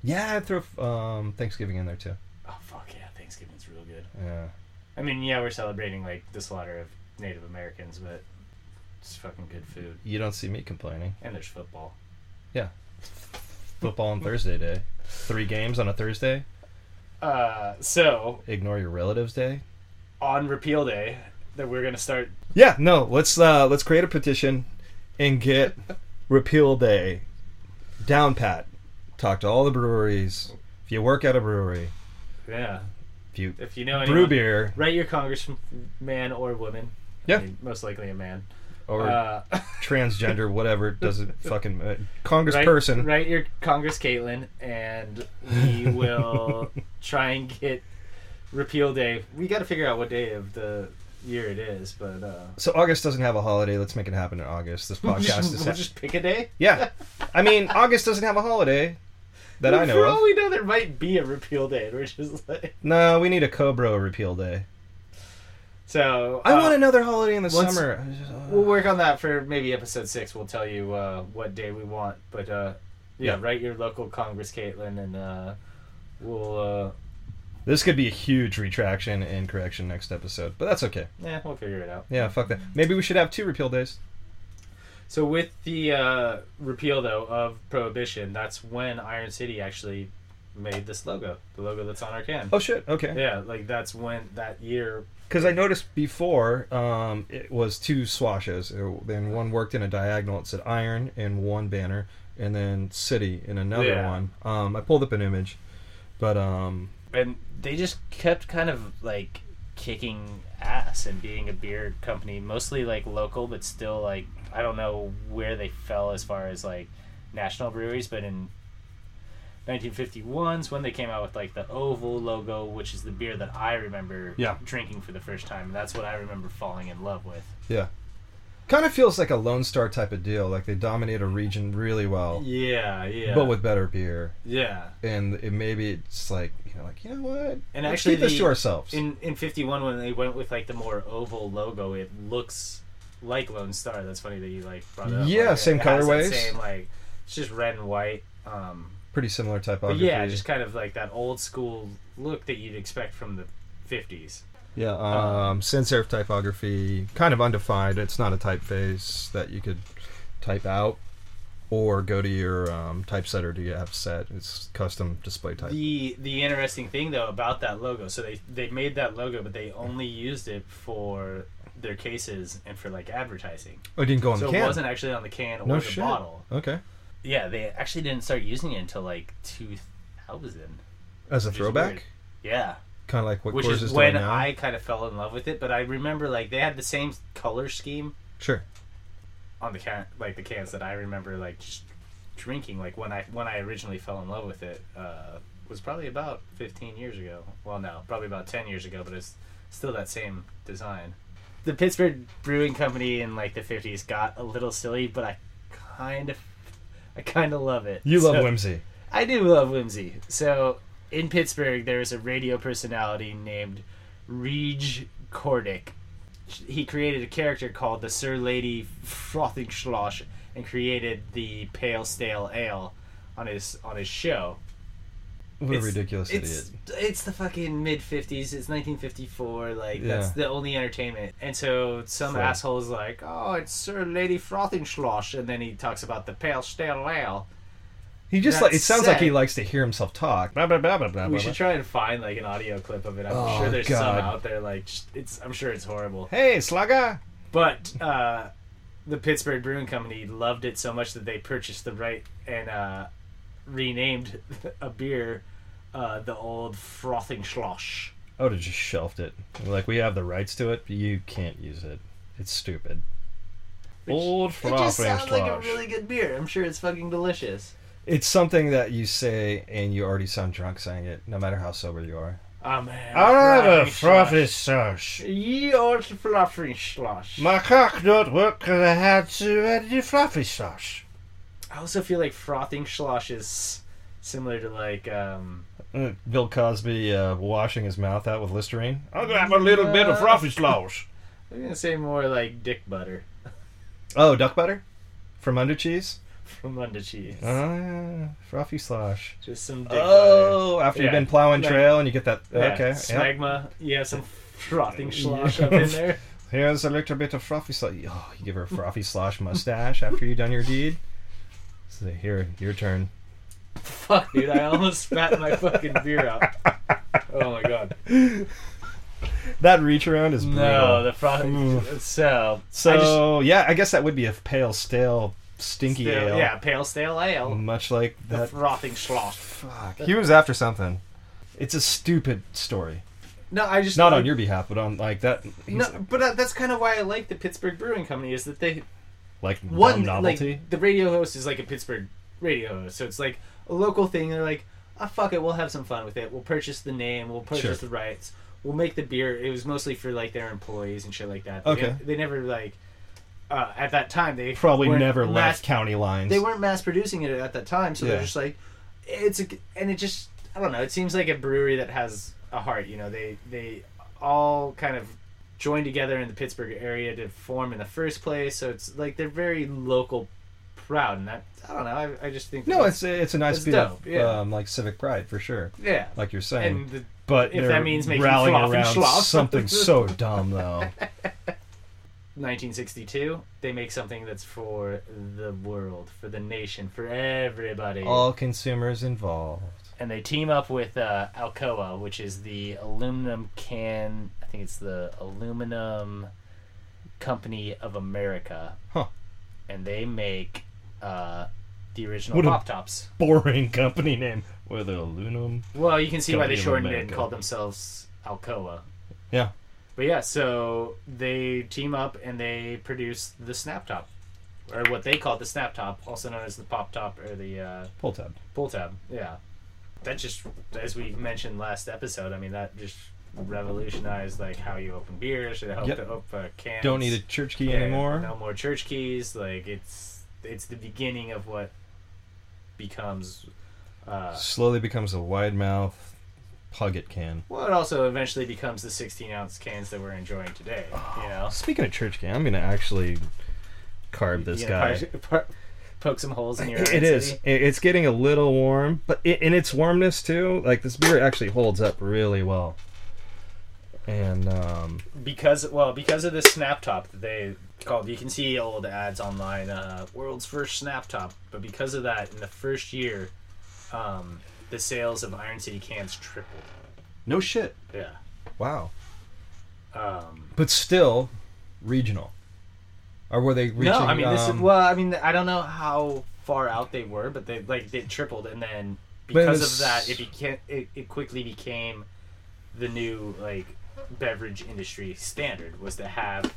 B: yeah, I'd throw um, Thanksgiving in there too.
C: Oh fuck yeah, Thanksgiving's real good.
B: Yeah.
C: I mean, yeah, we're celebrating like the slaughter of Native Americans, but it's fucking good food.
B: You don't see me complaining.
C: And there's football.
B: Football on Thursday day. Three games on a Thursday.
C: Uh, so
B: Ignore your relatives day.
C: on repeal day, that we're gonna start.
B: Yeah, no. Let's uh, let's create a petition and get repeal day down pat. Talk to all the breweries. If you work at a brewery,
C: Yeah,
B: if you
C: if you know anyone,
B: brew beer
C: write your congressman or woman.
B: Yeah.
C: I mean, most likely a man.
B: or
C: uh,
B: transgender, whatever, doesn't fucking uh, congressperson.
C: Write, write your Congress, Caitlin, and we will try and get repeal day. We got to figure out what day of the year it is, but uh,
B: So August doesn't have a holiday. Let's make it happen in August. This
C: we'll
B: podcast
C: just,
B: is
C: we'll just pick a day.
B: yeah. I mean, August doesn't have a holiday that I know
C: For
B: of.
C: all we know, there might be a repeal day. and We're just like
B: No, we need a Cobra repeal day.
C: so.
B: I
C: uh,
B: want another holiday in the
C: once-
B: summer. I just- uh,
C: We'll work on that for maybe episode six. We'll tell you uh, what day we want, but uh, yeah,
B: Yeah.
C: write your local Congress, Caitlin, and uh, we'll uh,
B: This could be a huge retraction and correction next episode, but that's okay.
C: yeah, we'll figure it out.
B: Yeah, fuck that. Maybe we should have two repeal days.
C: So with the uh, repeal though of prohibition, that's when Iron City actually made this logo, the logo that's on our can.
B: Oh shit. Okay.
C: Yeah, like that's when that year.
B: Because I noticed before um, it was two swashes. It- Then one worked in a diagonal. It said iron in one banner, and then city in another
C: Yeah.
B: one. Um, I pulled up an image, but um,
C: And they just kept kind of like kicking ass and being a beer company, mostly like local, but still like I don't know where they fell as far as like national breweries, but in 1951's when they came out with like the oval logo which is the beer that i remember
B: Yeah.
C: drinking for the first time and that's what i remember falling in love with
B: yeah, kind of feels like a Lone Star type of deal. Like they dominate a region really well,
C: Yeah, yeah.
B: but with better beer.
C: yeah,
B: And it, maybe it's like you know, like you know what? Let's
C: and actually
B: keep this
C: the-
B: to ourselves.
C: in in fifty one when they went with like the more oval logo, it looks like Lone Star. That's funny that you like brought it up.
B: Yeah,
C: Like,
B: same
C: it has that
B: colorways.
C: Same like it's just red and white. Um,
B: Pretty similar
C: but
B: typography.
C: yeah, just kind of like that old school look that you'd expect from the fifties.
B: Yeah,
C: uh,
B: um, sans serif typography, kind of undefined. It's not a typeface that you could type out or go to your um, typesetter to have set. It's custom display type.
C: The the interesting thing though about that logo, so they they made that logo, but they only used it for their cases and for like advertising.
B: oh, it didn't go on
C: so
B: the
C: it
B: can.
C: wasn't actually on the can or
B: no
C: the
B: shit.
C: bottle.
B: Okay,
C: Yeah, they actually didn't start using it until like 2000.
B: as a
C: Which is
B: throwback,
C: weird. Yeah,
B: kind of like what
C: which
B: Coors
C: is,
B: is, doing
C: when
B: now.
C: I kind of fell in love with it. But I remember like they had the same color scheme
B: Sure.
C: on the can, like the cans that I remember like just drinking. Like when I when I originally fell in love with it uh, was probably about 15 years ago. Well, no, probably about 10 years ago. But it's still that same design. The Pittsburgh Brewing Company in like the 50s got a little silly, but I kind of I kind of love it.
B: You love
C: So-
B: whimsy.
C: I do love whimsy. So in Pittsburgh, there was a radio personality named Reg Kordick. He created a character called the Sir Lady Frothingschloss and created the Pale Stale Ale on his on his show.
B: What a
C: It's-
B: ridiculous idiot.
C: it's, It's the fucking mid fifties. It's nineteen fifty four. Like that's
B: Yeah.
C: the only entertainment. And so some
B: Sure.
C: asshole's like, "Oh, it's Sir Lady Frothingschloss," and then he talks about the Pale Stale Ale.
B: He just like
C: that
B: it sounds like he
C: said-
B: likes to hear himself talk. Blah, blah, blah, blah, blah,
C: We
B: blah,
C: should try and find like an audio clip of it. I'm
B: Oh,
C: sure there's
B: God.
C: some out there. Like just, it's, I'm sure it's horrible.
B: blah. Hey, Slugger.
C: But uh, the Pittsburgh Brewing Company loved it so much that they purchased the right and uh, renamed a beer uh, the old frothing schlosh.
B: I would have just shelved it. Like we have the rights to it, but you can't use it. It's stupid. Old
D: It just
B: frothing
D: sounds like a
B: slosh.
D: really good beer. I'm sure it's fucking delicious.
B: It's something that you say and you already sound drunk saying it, no matter how sober you are.
C: Oh man.
B: Ah, sauce.
C: Ye old fluffy schlosh.
B: My cock not work because I had to add the fluffy sauce.
C: I also feel like frothing schlosh is similar to like um
B: Uh, Bill Cosby uh, washing his mouth out with Listerine. I'm gonna have a little bit of fluffy sauce.
C: I'm gonna say more like dick butter
B: Oh, duck butter from Under Cheese.
C: from Under Cheese.
B: Ah, yeah, frothy slosh.
C: Just some dick butter.
B: Oh, after you've
C: Yeah.
B: been plowing
C: Like-
B: trail and you get that. uh,
C: Yeah,
B: okay. yeah.
C: Smegma. You have some frothing schlosh up in there.
B: Here's a little bit of frothy slosh. Oh, you give her a frothy slosh mustache after you've done your deed. So here, your turn.
C: Fuck, dude! I almost spat my fucking beer out. Oh my god.
B: That reach around is brutal.
C: No, the frothing. So, I just-
B: so yeah, I guess that would be a pale, stale, stinky
C: Stale- Mm,
B: ale.
C: Yeah, pale stale ale.
B: Much like
C: The
B: that.
C: frothing schloss.
B: Fuck. He was after something. It's a stupid story.
C: No, I just
B: Not on your behalf, but on like that. he's-
C: No, but uh, that's kind of why I like the Pittsburgh Brewing Company is that they
B: like
C: one
B: dumb novelty.
C: like the radio host is like a Pittsburgh radio host, so it's like a local thing. They're like, ah, fuck it, we'll have some fun with it. We'll purchase the name, we'll purchase
B: Sure.
C: the rights, we'll make the beer. It was mostly for like their employees and shit like that. They
B: Okay.
C: ne- they never like uh, at that time they
B: Probably
C: weren't
B: never
C: mass-
B: left county lines.
C: They weren't mass producing it at that time, so
B: Yeah.
C: they're just like, it's a, and it just I don't know. It seems like a brewery that has a heart. You know, they they all kind of joined together in the Pittsburgh area to form in the first place. So it's like they're very local proud, and that I don't know. I, I just think
B: No,
C: that-
B: it's it's a nice
C: It's
B: bit
C: dope,
B: of
C: yeah.
B: um, like civic pride for sure.
C: yeah,
B: Like you're saying,
C: and the,
B: but
C: if
B: they're
C: that means making
B: rallying
C: fluff and
B: around
C: schloff.
B: something so dumb though.
C: 1962, they make something that's for the world, for the nation, for everybody.
B: All consumers involved.
C: and they team up with uh, Alcoa, which is the aluminum can. I think it's the aluminum company of America.
B: Huh.
C: And they make uh, the original
B: What a-
C: pop tops.
B: Boring company name. With aluminum.
C: Well, you can see why
B: Company
C: they
B: of
C: shortened it and
B: America.
C: called themselves Alcoa.
B: Yeah.
C: But yeah, so they team up and they produce the snap top, or what they call the snap top, also known as the pop top or the. Uh,
B: Pull tab.
C: Pull tab, yeah. That just, as we mentioned last episode, I mean that just revolutionized like how you open beers, how
B: Yep.
C: to open cans.
B: Don't need a church key
C: Yeah,
B: anymore.
C: No more church keys. Like it's it's the beginning of what becomes. Uh,
B: Slowly becomes a wide mouth pug it can.
C: well, it also eventually becomes the 16 ounce cans that we're enjoying today.
B: Oh,
C: You know,
B: Speaking of church can, I'm gonna actually carve this
C: You
B: guy.
C: gonna par- par- poke some holes in your.
B: It
C: Iron
B: is.
C: City?
B: It- It's getting a little warm, but i in its warmness too, like this beer actually holds up really well. And um,
C: because well because of this snap top that they called you can see old ads online uh, world's first snap top but because of that in the first year um, the sales of iron city cans tripled
B: no shit.
C: yeah
B: Wow.
C: um,
B: But still, regional. Or were they reaching?
C: no i mean this is
B: um,
C: well i mean i don't know how far out they were but they like they tripled and then
B: But it
C: because
B: was-
C: of that it became it, it quickly became the new like beverage industry standard was to have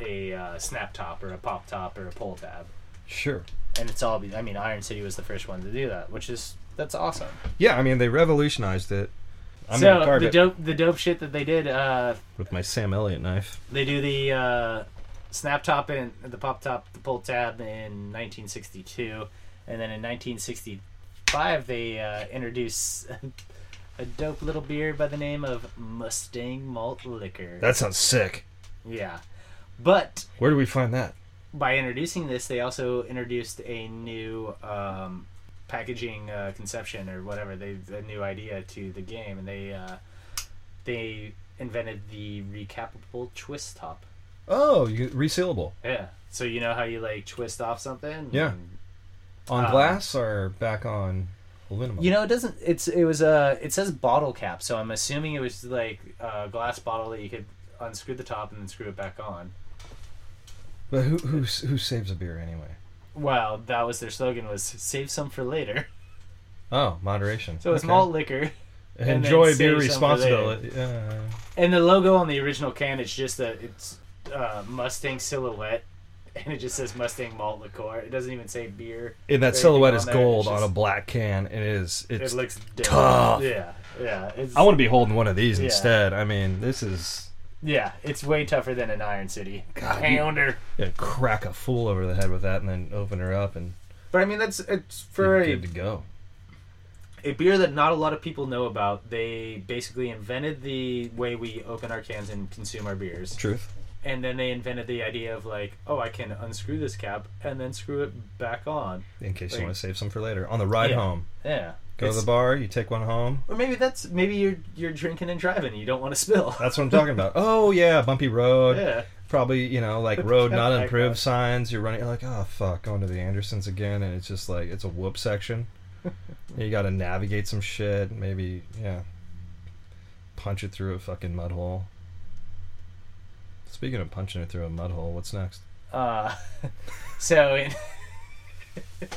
C: a uh, snap top or a pop top or a pull tab
B: sure.
C: and it's all i mean iron city was the first one to do that which is that's awesome
B: Yeah, I mean they revolutionized it. I'm gonna
C: so
B: carve
C: the
B: it
C: dope the dope shit that they did uh
B: with my Sam Elliott knife.
C: they do the uh snap top and the pop top the pull tab in 1962 and then in 1965 they uh introduce a dope little beer by the name of mustang malt liquor
B: That sounds sick.
C: yeah but
B: Where do we find that?
C: by introducing this, they also introduced a new um, packaging uh, conception or whatever. They a new idea to the game, and they uh, they invented the recapable twist top.
B: Oh, you, resealable
C: Yeah. So you know how you like twist off something.
B: Yeah. on
C: Um,
B: glass or back on aluminum.
C: You know, it doesn't. It's it was uh, it says bottle cap, so I'm assuming it was like a glass bottle that you could unscrew the top and then screw it back on.
B: but who who s- who saves a beer anyway?
C: Well, that was their slogan was save some for later.
B: Oh, moderation.
C: So it's
B: Okay.
C: malt liquor, and
B: Enjoy
C: then
B: beer
C: save some for later.
B: responsibility. Yeah.
C: and the logo on the original can is just a it's uh, Mustang silhouette, and it just says Mustang malt liqueur. It doesn't even say beer.
B: And that
C: Very
B: silhouette
C: on
B: is
C: there,
B: gold
C: it's
B: on a
C: just-
B: black can. It is. It's.
C: it looks dope.
B: tough.
C: Yeah, yeah. It's,
B: I want to be holding one of these
C: Yeah.
B: instead. I mean, this is
C: yeah, it's way tougher than an Iron City
B: God, you-
C: pounder.
B: yeah, crack a fool over the head with that, and then open her up and
C: But I mean, that's it's for
B: you're
C: a,
B: good to go.
C: a beer that not a lot of people know about. They basically invented the way we open our cans and consume our beers.
B: Truth.
C: and then they invented the idea of like, oh, I can unscrew this cap and then screw it back on.
B: In case you
C: Like-
B: want to save some for later on the ride
C: Yeah.
B: home.
C: Yeah.
B: Go to
C: It's-
B: the bar. You take one home.
C: or maybe that's maybe you're you're drinking and driving. And you don't want to spill.
B: That's what I'm talking about. Oh yeah, bumpy road.
C: yeah.
B: Probably you know like
C: Put the
B: road
C: cap
B: not
C: back
B: improved
C: up.
B: signs. You're running. You're like oh fuck, going to the Andersons again, and it's just like it's a whoop section. you got to navigate some shit. Maybe yeah, punch it through a fucking mud hole. Speaking of punching it through a mud hole, what's next?
C: Uh, so in,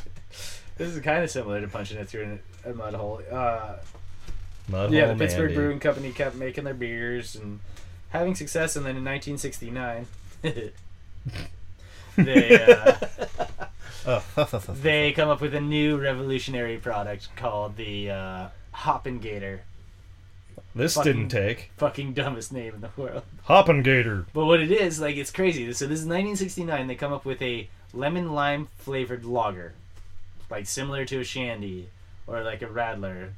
C: this is kind of similar to punching it through a a mud hole. Uh,
B: Mud
C: yeah,
B: hole
C: the Pittsburgh
B: Mandy.
C: Brewing Company kept making their beers and having success, and then in 1969, they. Uh,
B: Oh,
C: they come up with a new revolutionary product called the uh, Hoppin' Gator.
B: this
C: fucking-
B: didn't take.
C: Fucking dumbest name in the world.
B: Hoppin' Gator.
C: But what it is, like, it's crazy. So this is 1969. They come up with a lemon lime flavored lager, like similar to a shandy or like a radler.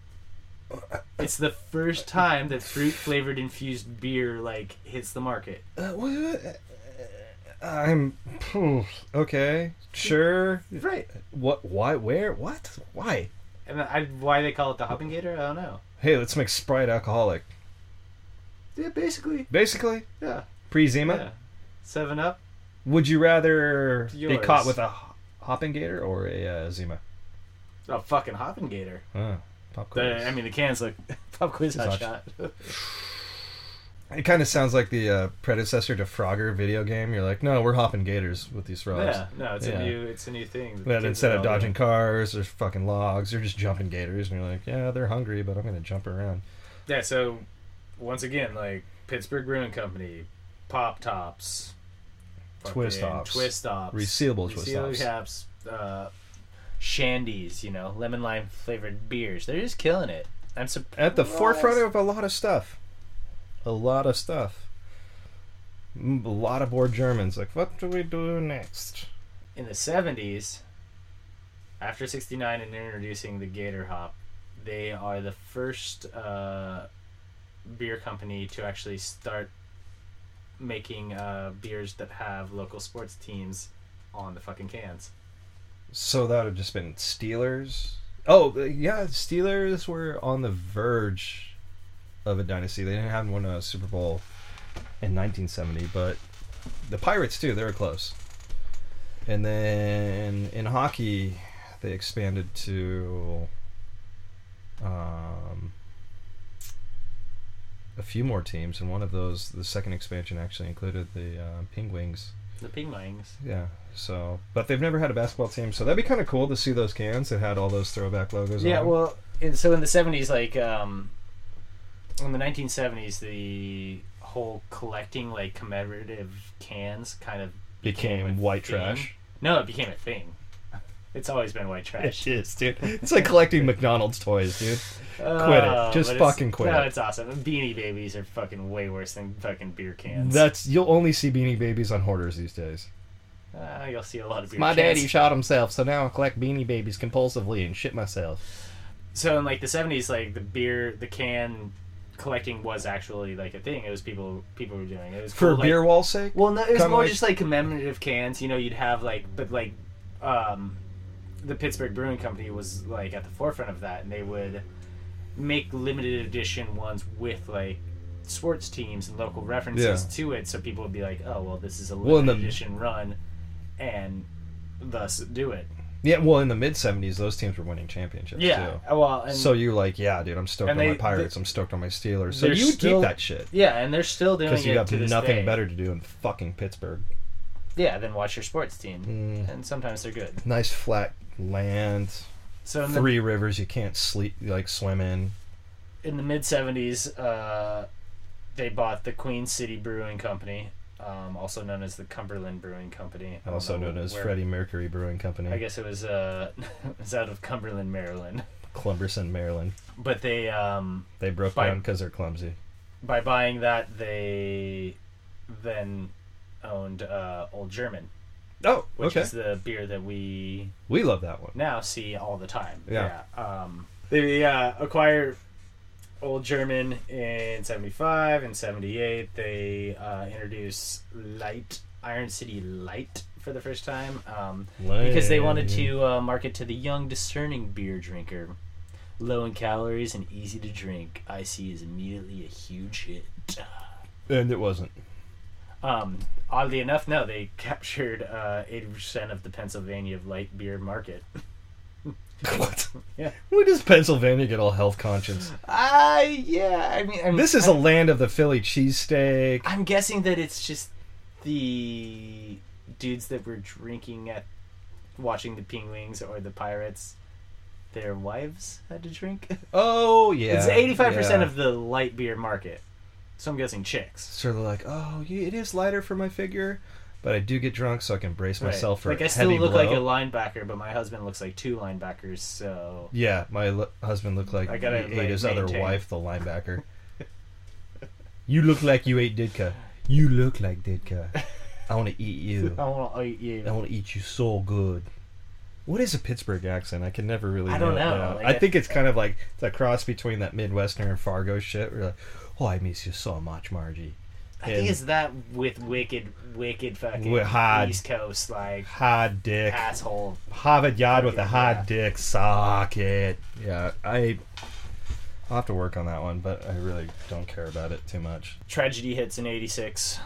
C: It's the first time that fruit flavored infused beer like hits the market.
B: Uh, what- uh, I'm phew, okay. Sure.
C: Right.
B: What? Why? Where? What? Why?
C: And I, why they call it the Hoppin' Gator, I don't know.
B: Hey, let's make Sprite alcoholic.
C: Yeah, basically.
B: Basically,
C: Yeah.
B: pre Zima.
C: yeah. Seven Up.
B: Would you rather be
C: Yours.
B: caught with a ho- hopping gator or a uh, Zima?
C: A Oh, fucking Hoppin' Gator.
B: Oh, pop quiz.
C: The, I mean, the cans look pop quiz hot
B: Hot
C: shot.
B: it kind of sounds like the uh, predecessor to Frogger video game. You're like, no, we're hopping gators with these frogs.
C: yeah, no, it's
B: Yeah.
C: a new, it's a new thing. that the
B: That
C: kids
B: instead of
C: are all
B: dodging
C: doing.
B: cars or fucking logs, they're just jumping gators, and you're like, yeah, they're hungry, but I'm gonna jump around.
C: yeah. So, once again, like Pittsburgh Brewing Company, pop tops,
B: Twist
C: fucking
B: tops.
C: twist tops,
B: Resealable twist
C: resealable
B: tops.
C: caps, uh, shandies. You know, lemon lime flavored beers. They're just killing it. I'm surprised.
B: At the forefront of a lot of stuff, a lot of stuff. Mm, A lot of bored Germans. Like, what do we do next?
C: in the 70s after 69 and introducing the gator hop they are the first uh, beer company to actually start making uh, beers that have local sports teams on the fucking cans
B: So that would have just been Steelers. Oh, uh, yeah, Steelers were on the verge of a dynasty. They didn't have won a Super Bowl in 1970, but the Pirates, too, they were close. And then in hockey, they expanded to um, a few more teams, and one of those, the second expansion, actually included the uh, Penguins.
C: the ping mings
B: Yeah. So, but they've never had a basketball team, so that'd be kind of cool to see those cans that had all those throwback logos.
C: yeah
B: on.
C: well and so in the 70s like um, in the 1970s the whole collecting like commemorative cans kind of
B: became
C: a
B: white
C: thing.
B: trash.
C: no it became a thing it's always been white trash
B: is, dude. It's like collecting McDonald's toys, dude. Quit it.
C: Oh,
B: Just
C: but it's-
B: fucking quit
C: No,
B: it.
C: it's awesome. Beanie Babies are fucking way worse than fucking beer cans.
B: That's you'll only see Beanie Babies on hoarders these days.
C: Ah, you'll see a lot of beer.
B: My
C: cans.
B: daddy shot himself, so now I collect Beanie Babies compulsively and shit myself.
C: So in like the seventies, like the beer, the can collecting was actually like a thing. It was people people were doing it. It was
B: For
C: cool,
B: beer
C: Like,
B: wall's sake.
C: well, no, it was
B: Kinda
C: more
B: like-
C: just like commemorative cans. You know, you'd have like, but like, um, the Pittsburgh Brewing Company was like at the forefront of that, and they would make limited edition ones with like sports teams and local references
B: Yeah.
C: to it, so people would be like, "Oh, well, this is a limited
B: Well, in the-
C: edition run," and thus do it.
B: Yeah. Well, in the mid '70s, those teams were winning championships.
C: Yeah.
B: Too.
C: Well, and
B: So you're like, yeah, dude, I'm stoked on
C: And
B: my
C: they-
B: Pirates. I'm stoked on my Steelers. So
C: they're
B: you would
C: still-
B: keep that shit
C: yeah, and they're still doing it
B: because you have
C: to this
B: nothing
C: day.
B: better to do in fucking Pittsburgh.
C: Yeah, then watch your sports team,
B: Mm.
C: and sometimes they're good.
B: nice flat land.
C: So in the
B: three rivers you can't sleep like swim in.
C: in the mid 70s, uh, they bought the Queen City Brewing Company, um, also known as the Cumberland Brewing Company. I don't
B: Also
C: know
B: known as
C: where-
B: Freddie Mercury Brewing Company,
C: I guess it was uh, it was out of Cumberland, Maryland.
B: Clumberson, Maryland.
C: But they um,
B: They broke
C: Fine.
B: down because they're clumsy.
C: by buying that they then owned uh, Old German,
B: Oh,
C: which
B: okay.
C: is the beer that we
B: we love that one.
C: now see all the time.
B: Yeah.
C: Yeah. Um, they uh, acquire Old German in 75 and 78. They uh, introduce Light, Iron City Light for the first time um, because they wanted to uh, market to the young, discerning beer drinker. Low in calories and easy to drink, IC is immediately a huge hit.
B: and it wasn't.
C: Um, oddly enough, no, they captured uh, eighty percent of the Pennsylvania light beer market.
B: what?
C: Yeah.
B: Where does Pennsylvania get all health conscious?
C: Ah, yeah. I mean, I'm,
B: This is a
C: I'm,
B: land of the Philly cheesesteak.
C: I'm guessing that it's just the dudes that were drinking at watching the penguins or the pirates. Their wives had to drink.
B: Oh yeah,
C: it's eighty-five percent
B: yeah.
C: of the light beer market, so I'm guessing chicks.
B: sort of like, oh, yeah, it is lighter for my figure, but I do get drunk, so I can brace
C: Right.
B: myself for
C: like
B: a
C: I still
B: heavy
C: look
B: blow.
C: like a linebacker, but my husband looks like two linebackers. So
B: yeah, my l- husband looked like
C: I gotta,
B: he
C: like,
B: ate his other
C: maintain.
B: wife, the linebacker. you look like you ate Ditka. You look like Ditka. I oh, want to eat you.
C: I want to eat you.
B: I want to eat you so good. What is a Pittsburgh accent? I can never really.
C: I don't
B: it
C: know.
B: down.
C: Like,
B: I
C: I-
B: think it's kind of like it's a cross between that Midwestern and Fargo shit. We're like, oh, I miss you so much, Margie.
C: I think
B: And-
C: it's that with wicked, wicked fucking
B: Wi- hard.
C: East Coast like
B: Hard dick.
C: asshole.
B: Harvard Yard with a
C: Fucking
B: hard
C: yeah.
B: dick. Suck it. Yeah, I. I'll have to work on that one, but I really don't care about it too much.
C: Tragedy hits in '86.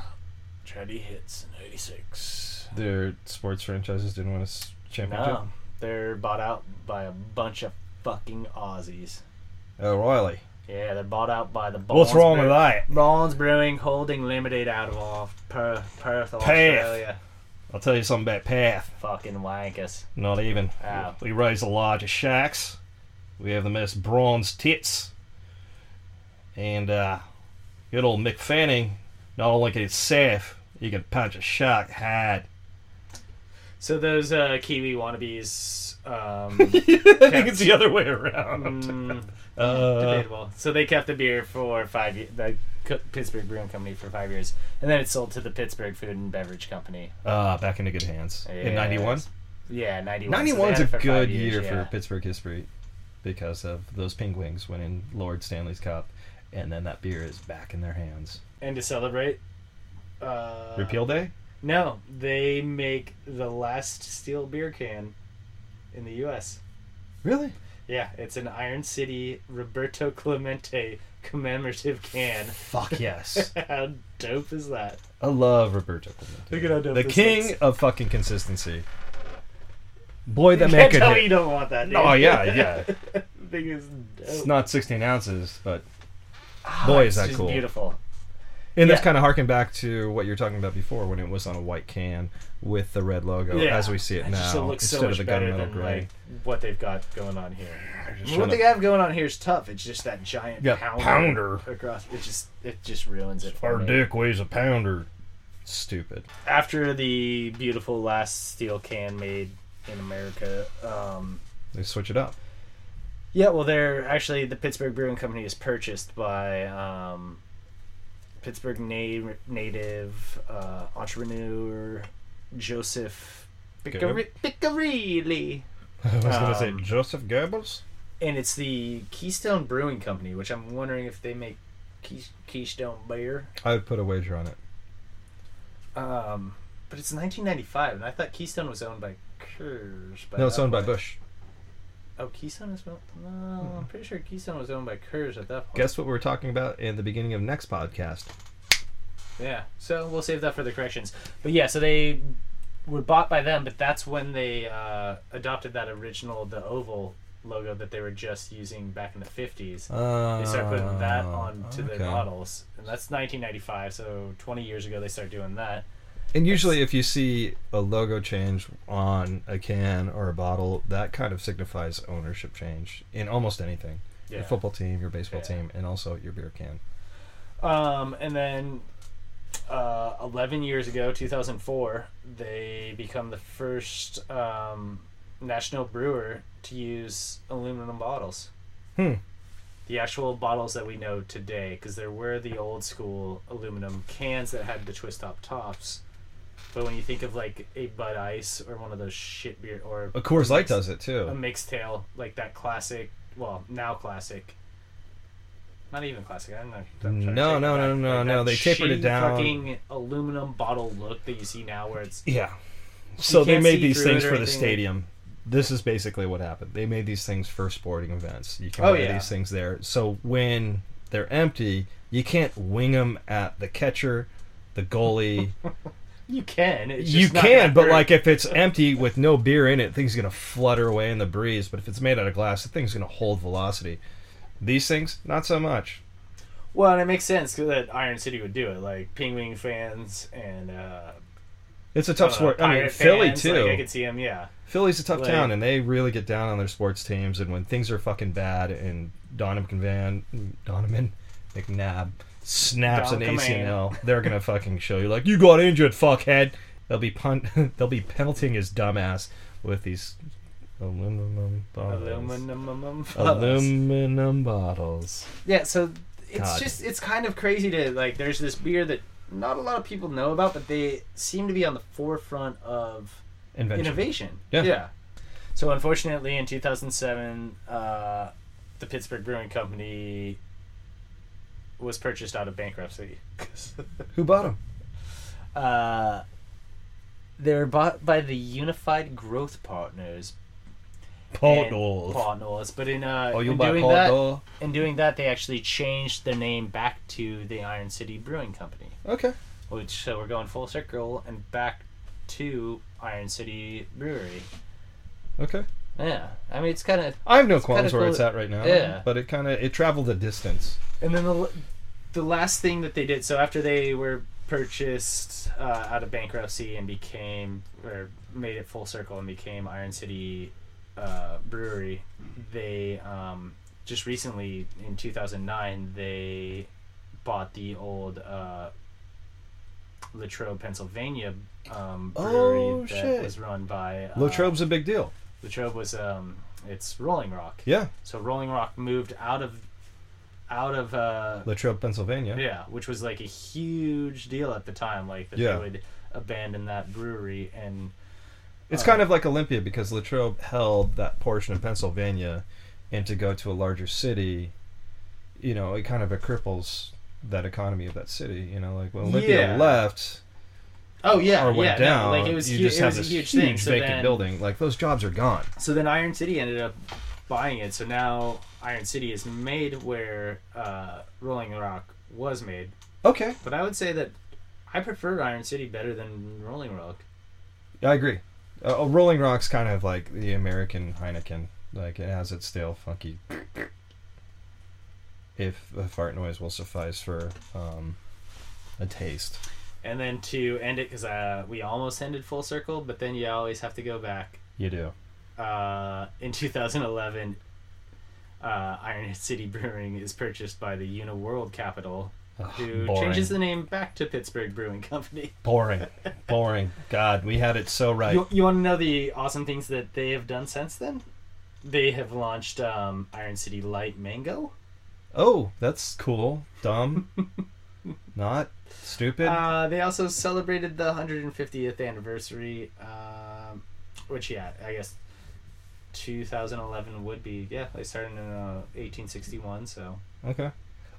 C: Tragedy hits in '86.
B: Their sports franchises didn't win a s- championship.
C: No, they're bought out by a bunch of fucking Aussies.
B: Oh, really?
C: Yeah, they're bought out by the.
B: What's wrong with that?
C: Barnes Brewing Holding Limited out of off Perth, Perth Australia.
B: I'll tell you something about Path.
C: Fucking wankers.
B: Not even.
C: Wow.
B: We raise the largest sharks. We have the most bronze tits. And uh, good old Mick Fanning, not only can he surf, he can punch a shark hard.
C: So those uh, Kiwi wannabes. Um,
B: I think it's the other way around.
C: mm,
B: Uh,
C: Debatable. So they kept the beer for five years, the Co- Pittsburgh Brewing Company for five years, and then it sold to the Pittsburgh Food and Beverage Company.
B: uh, back into good hands. In
C: Yes.
B: 91?
C: Yeah, 91. So they
B: 91's
C: had it
B: a
C: for five
B: good year
C: years, yeah.
B: for Pittsburgh history because of those Penguins winning Lord Stanley's Cup. And then that beer is back in their hands.
C: And to celebrate. Uh,
B: Repeal day?
C: No, they make the last steel beer can in the U.S.
B: Really?
C: Yeah, it's an Iron City Roberto Clemente commemorative can.
B: Fuck yes.
C: how dope is that?
B: I love Roberto Clemente.
C: Look at how dope
B: the
C: this
B: king
C: looks.
B: of fucking consistency. Boy, that man
C: Can't
B: could
C: tell me you
B: hit.
C: don't want that. Dude.
B: Oh yeah, yeah.
C: thing is dope.
B: It's not 16 ounces, but boy, is
C: It's
B: that
C: Ah, just
B: cool.
C: Beautiful.
B: And that's
C: Yeah.
B: kind of harken back to what you were talking about before, when it was on a white can with the red logo,
C: Yeah.
B: as we see it
C: It
B: now,
C: just looks
B: instead
C: so much
B: of the
C: better
B: gunmetal
C: than
B: gray.
C: like, what they've got going on here.
B: Just
C: I mean,
B: trying
C: what
B: to-
C: they have going on here is tough. It's just that giant
B: Yeah,
C: pounder,
B: pounder.
C: across. It just it just ruins it. For
B: Our
C: me.
B: dick weighs a pounder. Stupid.
C: After the beautiful last steel can made in America. Um,
B: They switch it up.
C: yeah, well, they're actually the Pittsburgh Brewing Company is purchased by um, Pittsburgh na- native uh, entrepreneur Joseph Picare- Picarelli.
B: I was gonna say
C: Um,
B: Joseph Goebbels.
C: and it's the Keystone Brewing Company, which I'm wondering if they make Key- Keystone beer.
B: I would put a wager on it.
C: Um, but it's 1995, and I thought Keystone was owned by Coors. By
B: No, it's
C: that
B: owned by
C: point.
B: Bush.
C: Oh, Keystone is owned. No, I'm pretty sure Keystone was owned by Coors at that point.
B: Guess what we were talking about in the beginning of next podcast.
C: Yeah. So we'll save that for the corrections. But yeah, so they were bought by them, but that's when they uh, adopted that original the oval logo that they were just using back in the 50s.
B: Uh,
C: They start putting that onto
B: the
C: their bottles, and that's 1995. So 20 years ago, they start doing that,
B: And usually, if you see a logo change on a can or a bottle, that kind of signifies ownership change in almost anything.
C: Yeah.
B: Your football team, your baseball
C: Yeah.
B: team, and also your beer can.
C: Um, and then uh, 11 years ago, 2004, they become the first um, national brewer to use aluminum bottles.
B: Hmm.
C: The actual bottles that we know today, because there were the old school aluminum cans that had the twist top tops. But when you think of like a Bud Ice or one of those shit beer or
B: Of course, Light does it
C: a
B: too.
C: mixed tail, like that classic, well, now classic. Not even classic. I don't know. I'm trying
B: No,
C: to take
B: no,
C: it
B: no,
C: back.
B: no,
C: Like
B: no,
C: that
B: they tapered it
C: shitty
B: down.
C: Fucking aluminum bottle look that you see now, where it's
B: Yeah. So they
C: can't
B: made
C: see
B: these
C: through
B: things
C: it or
B: for the
C: anything.
B: stadium. This is basically what happened. They made these things for sporting events. You can
C: Oh,
B: wear
C: yeah.
B: these things there. So when they're empty, you can't wing them at the catcher, the goalie.
C: you can. It's
B: you
C: just not
B: can,
C: gonna
B: but
C: hurt.
B: like if it's empty with no beer in it, things gonna flutter away in the breeze. But if it's made out of glass, the thing's gonna hold velocity. These things, not so much.
C: well, and it makes sense 'cause that Iron City would do it. Like Pingwing fans and uh,
B: It's a tough
C: uh,
B: sport. I mean,
C: Pirate
B: Philly
C: fans,
B: too.
C: Like, I could see them. Yeah,
B: Philly's a tough
C: Like-
B: town, and they really get down on their sports teams. And when things are fucking bad, and Donovan McNabb, Donovan McNabb snaps
C: Don
B: an
C: Command.
B: ACL, they're gonna fucking show you like you got injured, fuckhead. They'll be punt. they'll be pelting his dumbass with these aluminum bottles.
C: aluminum.
B: Oh,
C: um,
B: Aluminum bottles.
C: Yeah, so it's
B: God.
C: just it's kind of crazy to like. There's this beer that not a lot of people know about, but they seem to be on the forefront of
B: Invention.
C: innovation.
B: Yeah.
C: So unfortunately, in 2007, uh, the Pittsburgh Brewing Company was purchased out of bankruptcy.
B: Who bought them?
C: uh, they were bought by the Unified Growth Partners.
B: Paul
C: and-
B: Knowles.
C: Partners, but in uh,
B: Oh, you
C: in
B: buy
C: doing
B: Paul
C: that,
B: Knowles?
C: in doing that, they actually changed their name back to the Iron City Brewing Company.
B: Okay.
C: Which so we're going full circle and back to Iron City Brewery.
B: Okay.
C: Yeah, I mean it's kind of.
B: I have no qualms
C: kinda
B: where
C: cool
B: it's
C: that-
B: at right now.
C: Yeah.
B: But it kind of it traveled a distance.
C: And then the l- the last thing that they did. So after they were purchased uh, out of bankruptcy and became or made it full circle and became Iron City uh, Brewery, they um, just recently in 2009 they bought the old uh, Latrobe, Pennsylvania um, brewery
B: Oh,
C: that
B: shit.
C: was run by uh,
B: Latrobe's a big deal.
C: Latrobe was um, it's Rolling Rock.
B: Yeah.
C: So Rolling Rock moved out of out of uh,
B: Latrobe, Pennsylvania.
C: yeah, which was like a huge deal at the time, like that
B: Yeah.
C: they would abandon that brewery and
B: It's kind of like Olympia because Latrobe held that portion of Pennsylvania, and to go to a larger city, you know, it kind of cripples that economy of that city. You know, like when Olympia
C: Yeah.
B: left
C: oh yeah,
B: or went
C: yeah,
B: down,
C: no, like it was
B: you
C: hu-
B: just
C: it
B: have
C: was
B: this
C: a huge,
B: huge
C: thing. So
B: vacant
C: then,
B: building. Like those jobs are gone.
C: so then Iron City ended up buying it. So now Iron City is made where uh, Rolling Rock was made,
B: Okay,
C: but I would say that I prefer Iron City better than Rolling Rock.
B: I agree. Uh, Rolling Rock's kind of like the American Heineken. Like it has its stale, funky. If the fart noise will suffice for um, a taste.
C: And then to end it, because uh, we almost ended full circle, but then you always have to go back
B: You do.
C: uh, in 2011, uh, Iron City Brewing is purchased by the Uniworld Capital,
B: Ugh,
C: who
B: boring.
C: changes the name back to Pittsburgh Brewing Company.
B: boring, boring. God, we had it so right.
C: You, you want to know the awesome things that they have done since then? They have launched um, Iron City Light Mango.
B: oh, that's cool. Dumb, not stupid.
C: Uh, they also celebrated the 150th anniversary, um, which, yeah, I guess 2011 would be, yeah, they started in uh, 1861, so.
B: okay.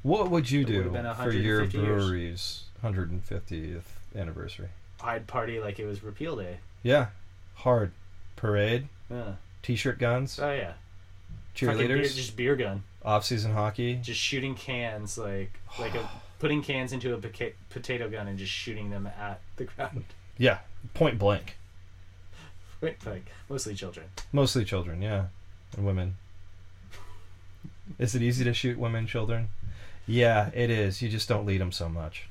B: What would you
C: It
B: do
C: would've been
B: for your
C: 150 years.
B: brewery's 150th anniversary?
C: I'd party like it was repeal day.
B: Yeah, hard parade,
C: Yeah.
B: t-shirt guns,
C: Oh, yeah. Fucking beer,
B: cheerleaders,
C: just beer gun,
B: off-season hockey.
C: just shooting cans like like a, putting cans into a poca- potato gun and just shooting them at the ground.
B: Yeah, point blank.
C: Wait, like mostly children.
B: Mostly children, yeah, and women. Is it easy to shoot women, children? Yeah, it is. You just don't lead them so much.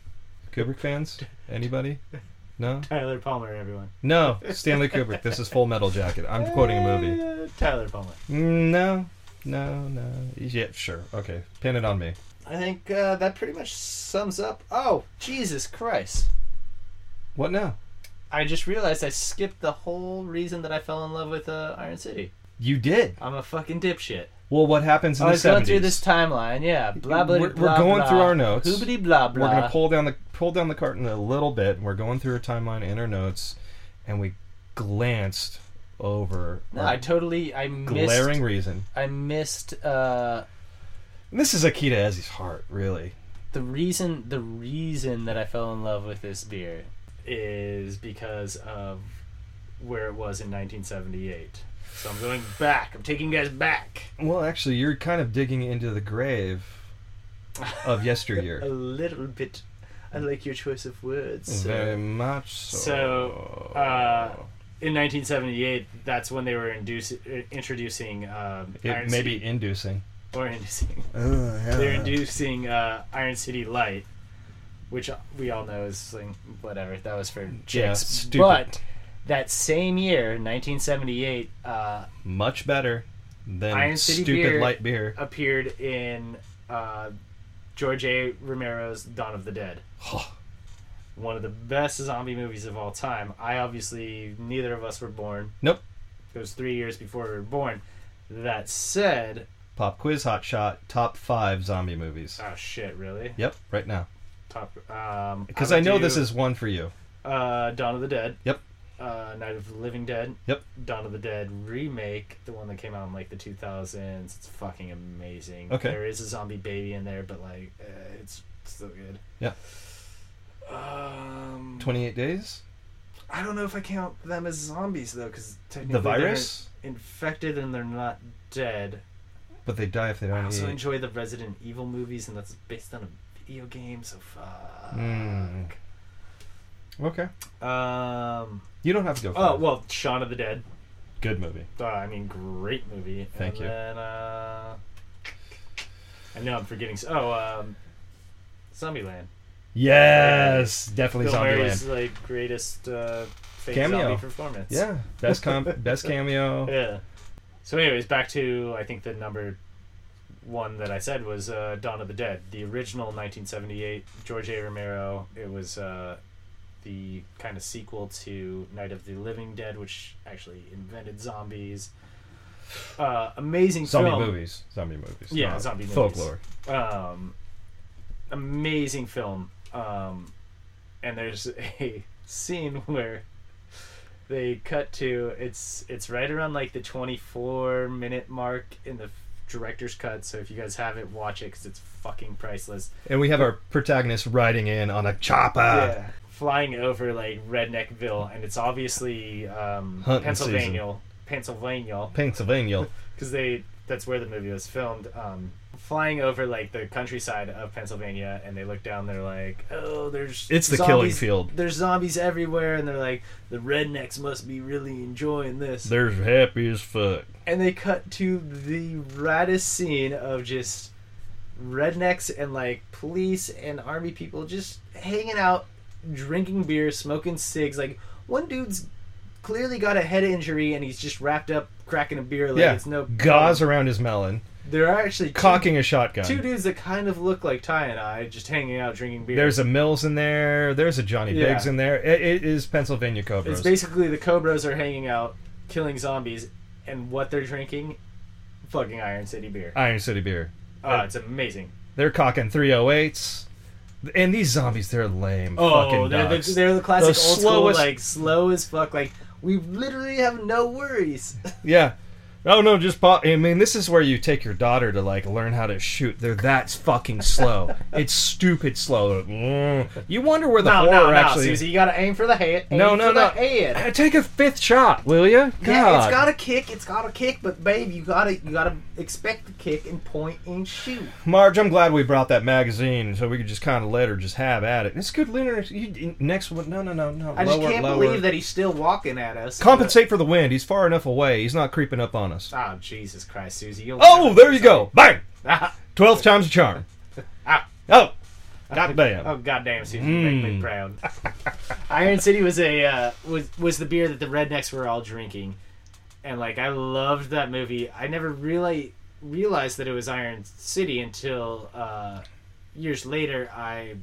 B: Kubrick fans? Anybody? No,
C: Tyler Palmer, everyone.
B: no. Stanley Kubrick. This is Full Metal Jacket. I'm quoting a movie.
C: Uh, Tyler Palmer.
B: Mm, No, no, no. Yeah, sure. Okay, pin it on me.
C: I think uh, that pretty much sums up. Oh, Jesus Christ.
B: What now?
C: I just realized I skipped the whole reason that I fell in love with uh, Iron City.
B: You did.
C: I'm a fucking dipshit.
B: Well, what happens in
C: I
B: the
C: was going
B: 70s?
C: through this timeline, yeah. Blah blah.
B: We're- we're
C: blah,
B: going
C: blah.
B: through our notes.
C: Hoobity blah blah.
B: we're gonna pull down the pull down the curtain a little bit, and we're going through our timeline in our notes, and we glanced over
C: No,
B: our
C: I totally. I missed.
B: glaring reason.
C: I missed. Uh,
B: And this is Akita Ezzy's heart, really.
C: the reason. The reason that I fell in love with this beer is because of where it was in 1978. So I'm going back. I'm taking you guys back
B: Well, actually, you're kind of digging into the grave of
C: a
B: yesteryear.
C: little bit. I like your choice of words. sir.
B: Very much so.
C: So, uh, in 1978, that's when they were induce, uh, introducing um, Iron
B: it may
C: City,
B: be inducing.
C: or inducing.
B: Oh,
C: They're inducing uh, Iron City Light, which we all know is like, whatever. That was for chicks.
B: stupid.
C: but that same year, 1978, uh,
B: Much better than
C: Iron City
B: stupid
C: beer-
B: light beer.
C: appeared in uh, George A. Romero's Dawn of the Dead. One of the best zombie movies of all time. I obviously neither of us were born.
B: Nope.
C: It was three years before we were born. That said,
B: Pop quiz hot shot top five zombie movies.
C: oh shit, really?
B: Yep, right now.
C: Top. Um,
B: Because
C: would
B: I know
C: do,
B: this is one for you.
C: uh, Dawn of the Dead.
B: Yep.
C: Uh, Night of the Living Dead.
B: Yep.
C: Dawn of the Dead remake, the one that came out in like the 2000s. It's fucking amazing.
B: Okay.
C: There is a zombie baby in there, but like, uh, it's still good.
B: Yeah.
C: Um,
B: 28 days?
C: I don't know if I count them as zombies though, because technically
B: The virus?
C: they're infected and they're not dead.
B: But they die if they
C: I
B: don't
C: also
B: eat.
C: enjoy the Resident Evil movies, and that's based on a video game. So fuck.
B: Hmm. Okay.
C: Um.
B: You don't have to go for
C: Oh
B: it.
C: well, Shaun of the Dead.
B: Good movie.
C: Uh, I mean, great movie.
B: Thank
C: and
B: you.
C: Then, uh, I know I'm forgetting. s- Oh, um, Zombieland.
B: Yes! Definitely
C: Bill Murray's
B: Zombieland.
C: like greatest uh, fake
B: Cameo.
C: zombie performance.
B: Yeah. Best comp, best cameo.
C: Yeah. So, anyways, back to I think the number one that I said was uh, Dawn of the Dead, the original 1978 George A. Romero. It was uh, the kind of sequel to Night of the Living Dead, which actually invented zombies. Uh, amazing
B: Zombie
C: film.
B: movies. Zombie movies.
C: Yeah,
B: not
C: zombie movies.
B: Folklore.
C: um, amazing film. Um, and there's a scene where they cut to it's it's right around like the 24 minute mark in the director's cut. So if you guys have it, watch it because it's fucking priceless.
B: And we have our protagonist riding in on a chopper.
C: flying over like Redneckville, and it's obviously um,
B: Hunting
C: Pennsylvania, Pennsylvania,
B: Pennsylvania.
C: because they that's where the movie was filmed um flying over like the countryside of pennsylvania and they look down they're like oh there's
B: It's the killing field.
C: there's zombies everywhere and they're like the rednecks must be really enjoying this
B: They're happy as fuck.
C: and they cut to the raddest scene of just rednecks and like police and army people just hanging out, drinking beer, smoking cigs. Like one dude's clearly got a head injury and he's just wrapped up cracking a beer like
B: yeah.
C: it's no
B: Gauze around his melon.
C: There are actually
B: Cocking a shotgun.
C: two, two dudes that kind of look like Ty and I just hanging out drinking beer.
B: There's a Mills in there. There's a Johnny
C: Yeah.
B: Biggs in there. It, it is Pennsylvania Cobras.
C: It's basically the Cobras are hanging out, killing zombies, and what they're drinking, fucking Iron City beer.
B: Iron City beer.
C: Oh, it's amazing.
B: They're cocking 308s. And these zombies, Oh, they're lame. fucking
C: Oh, they're,
B: dogs.
C: the, they're the classic
B: The
C: old
B: slowest-
C: school, like slow as fuck. Like we literally have no worries.
B: Yeah. Oh no, just pop. I mean, this is where you take your daughter to like learn how to shoot. They're that fucking slow. it's stupid slow. Mm. You wonder where the
C: No,
B: horror
C: no, no,
B: actually.
C: Susie, you gotta aim for the head. Aim
B: no, no,
C: for
B: no.
C: The head.
B: Uh, Take a fifth shot, will you? God.
C: Yeah, it's got to kick. It's got to kick, but babe, you gotta you gotta expect the kick and point and shoot.
B: Marge, I'm glad we brought that magazine so we could just kind of let her just have at it. It's good linear. You, next one, no, no, no, no.
C: I just
B: lower,
C: can't
B: lower.
C: believe that he's still walking at us.
B: Compensate for the wind. He's far enough away. He's not creeping up on us.
C: Oh Jesus Christ, Susie! You'll
B: Oh, there you go. Bang.
C: Ah,
B: Twelve times a charm.
C: ah.
B: Oh, Goddamn.
C: Oh goddamn, Susan, you
B: Hmm.
C: make me proud. Iron City was a uh, was was the beer that the rednecks were all drinking, and like I loved that movie. I never really realized that it was Iron City until uh, years later. I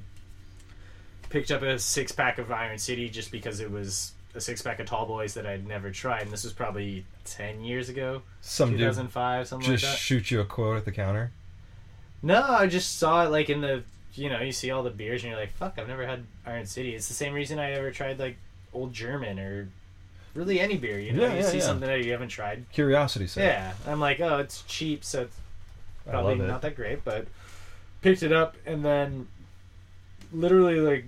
C: picked up a six pack of Iron City just because it was a six pack of Tall Boys that I'd never tried, and this was probably ten years ago,
B: Some
C: two
B: dude
C: thousand five, something
B: just
C: like that.
B: shoot you a quote at the counter.
C: No, I just saw it like in the you know you see all the beers and you're like fuck I've never had Iron City. It's the same reason I ever tried like Old German or really any beer. You know
B: Yeah,
C: you
B: yeah,
C: see
B: yeah.
C: something that you haven't tried.
B: Curiosity sake.
C: Yeah, I'm like oh it's cheap so it's
B: I
C: probably
B: love it.
C: not that great but picked it up and then literally like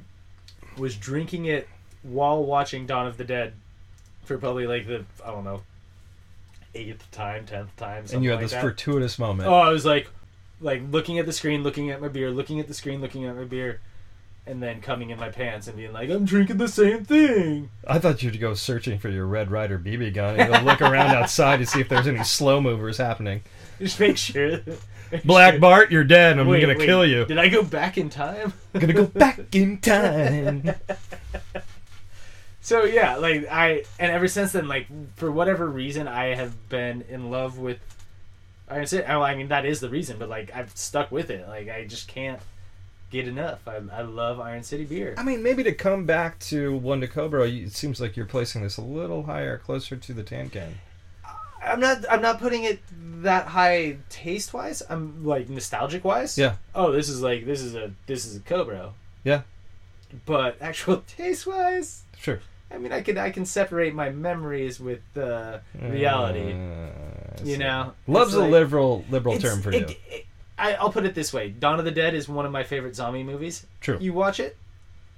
C: was drinking it while watching Dawn of the Dead for probably like the I don't know eighth time tenth time.
B: and you
C: something
B: had
C: like
B: this
C: that.
B: fortuitous moment.
C: Oh, I was like, like looking at the screen, looking at my beer, looking at the screen, looking at my beer, and then coming in my pants and being like, I'm drinking the same thing.
B: I thought you'd go searching for your Red Rider BB gun and go look around outside to see if there's any slow movers happening.
C: Just make sure. make
B: Black
C: sure-
B: Bart, you're dead. I'm
C: Wait,
B: gonna
C: wait,
B: kill you.
C: Did I go back in time?
B: I'm gonna go back in time.
C: So yeah, like I and ever since then, like for whatever reason, I have been in love with. I say, oh, I mean that is the reason, but like I've stuck with it. Like I just can't get enough. I, I love Iron City beer.
B: I mean, maybe to come back to One to Cobra, you- it seems like you're placing this a little higher, closer to the tan can.
C: I'm not. I'm not putting it that high taste wise. I'm like nostalgic wise.
B: Yeah.
C: Oh, this is like this is a this is a Cobra.
B: Yeah.
C: But actual taste wise,
B: Sure.
C: I mean, I can I can separate my memories with uh, reality.
B: Uh, Mm, I see.
C: you know,
B: Love's
C: It's
B: a
C: like-
B: liberal liberal
C: it's-
B: term for
C: it-
B: you.
C: it- I, I'll put it this way: Dawn of the Dead is one of my favorite zombie movies.
B: True.
C: You watch it,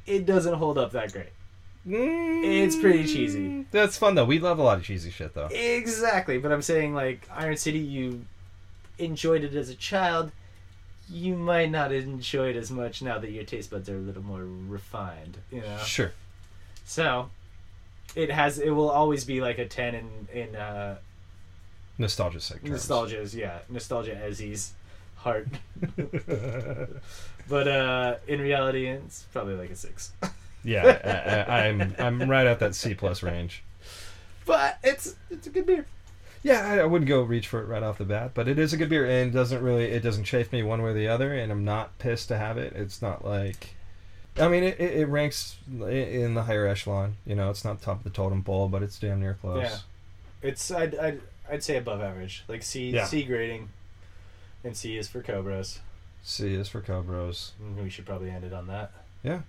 C: it doesn't hold up that great.
B: Mm,
C: It's pretty cheesy.
B: That's fun though. We love a lot of cheesy shit though.
C: Exactly, but I'm saying like Iron City, you enjoyed it as a child. You might not enjoy it as much now that your taste buds are a little more refined. You know,
B: Sure.
C: so it has it will always be like a ten in in uh,
B: Nostalgia sake. terms.
C: nostalgia's yeah nostalgia Ezzy's heart, but uh in reality it's probably like a six.
B: yeah, I, I, I'm I'm right at that C plus range.
C: But it's it's a good beer.
B: Yeah, I, I wouldn't go reach for it right off the bat, but it is a good beer and doesn't really it doesn't chafe me one way or the other, and I'm not pissed to have it. It's not like, I mean, it, it, it ranks i- in the higher echelon. You know, it's not top of the totem pole, but it's damn near close.
C: Yeah. It's I'd, I'd I'd say above average. Like C
B: Yeah.
C: C grading, and C is for Cobras.
B: C is for Cobros.
C: Mm-hmm. We should probably end it on that.
B: Yeah.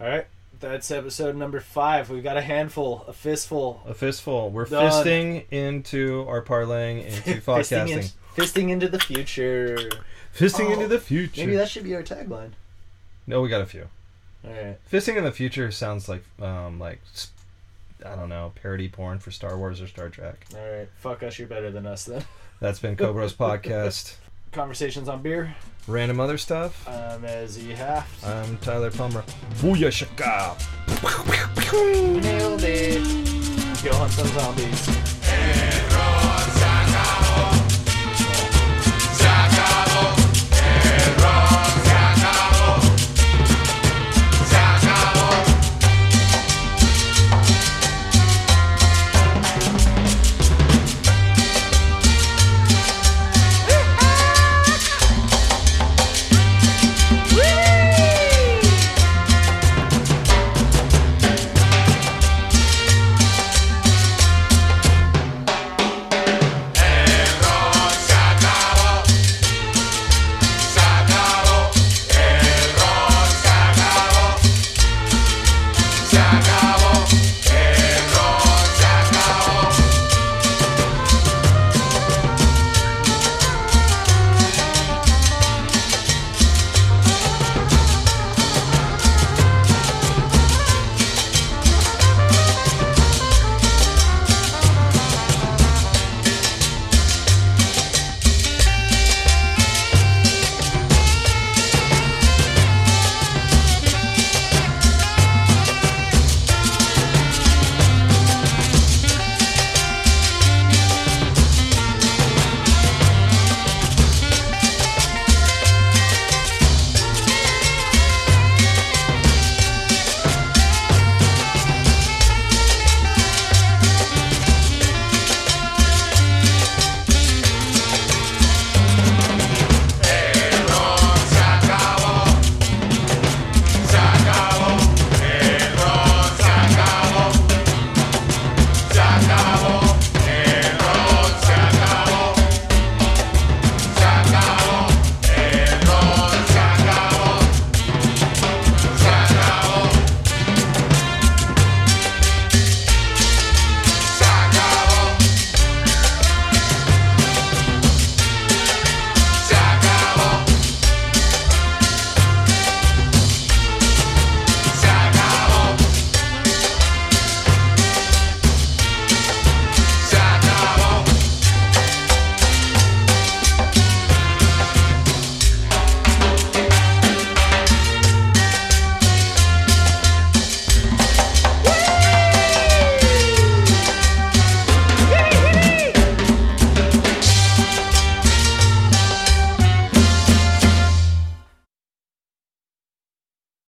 C: All right, that's episode number five. We've got a handful, a fistful,
B: A fistful. We're
C: Done.
B: fisting into our parlaying into
C: fisting, in,
B: podcasting,
C: fisting into the future.
B: fisting
C: Oh,
B: into the future.
C: Maybe that should be our tagline.
B: no, we got a few.
C: All right.
B: Fisting in the future sounds like um like s- I don't know parody porn for Star Wars or Star Trek.
C: All right. Fuck us. You're better than us then.
B: That's been Cobros podcast.
C: Conversations on beer.
B: Random other stuff.
C: Um, as you have
B: I'm Tyler Palmer. Booyah shaka.
C: nailed it. Go hunt some zombies.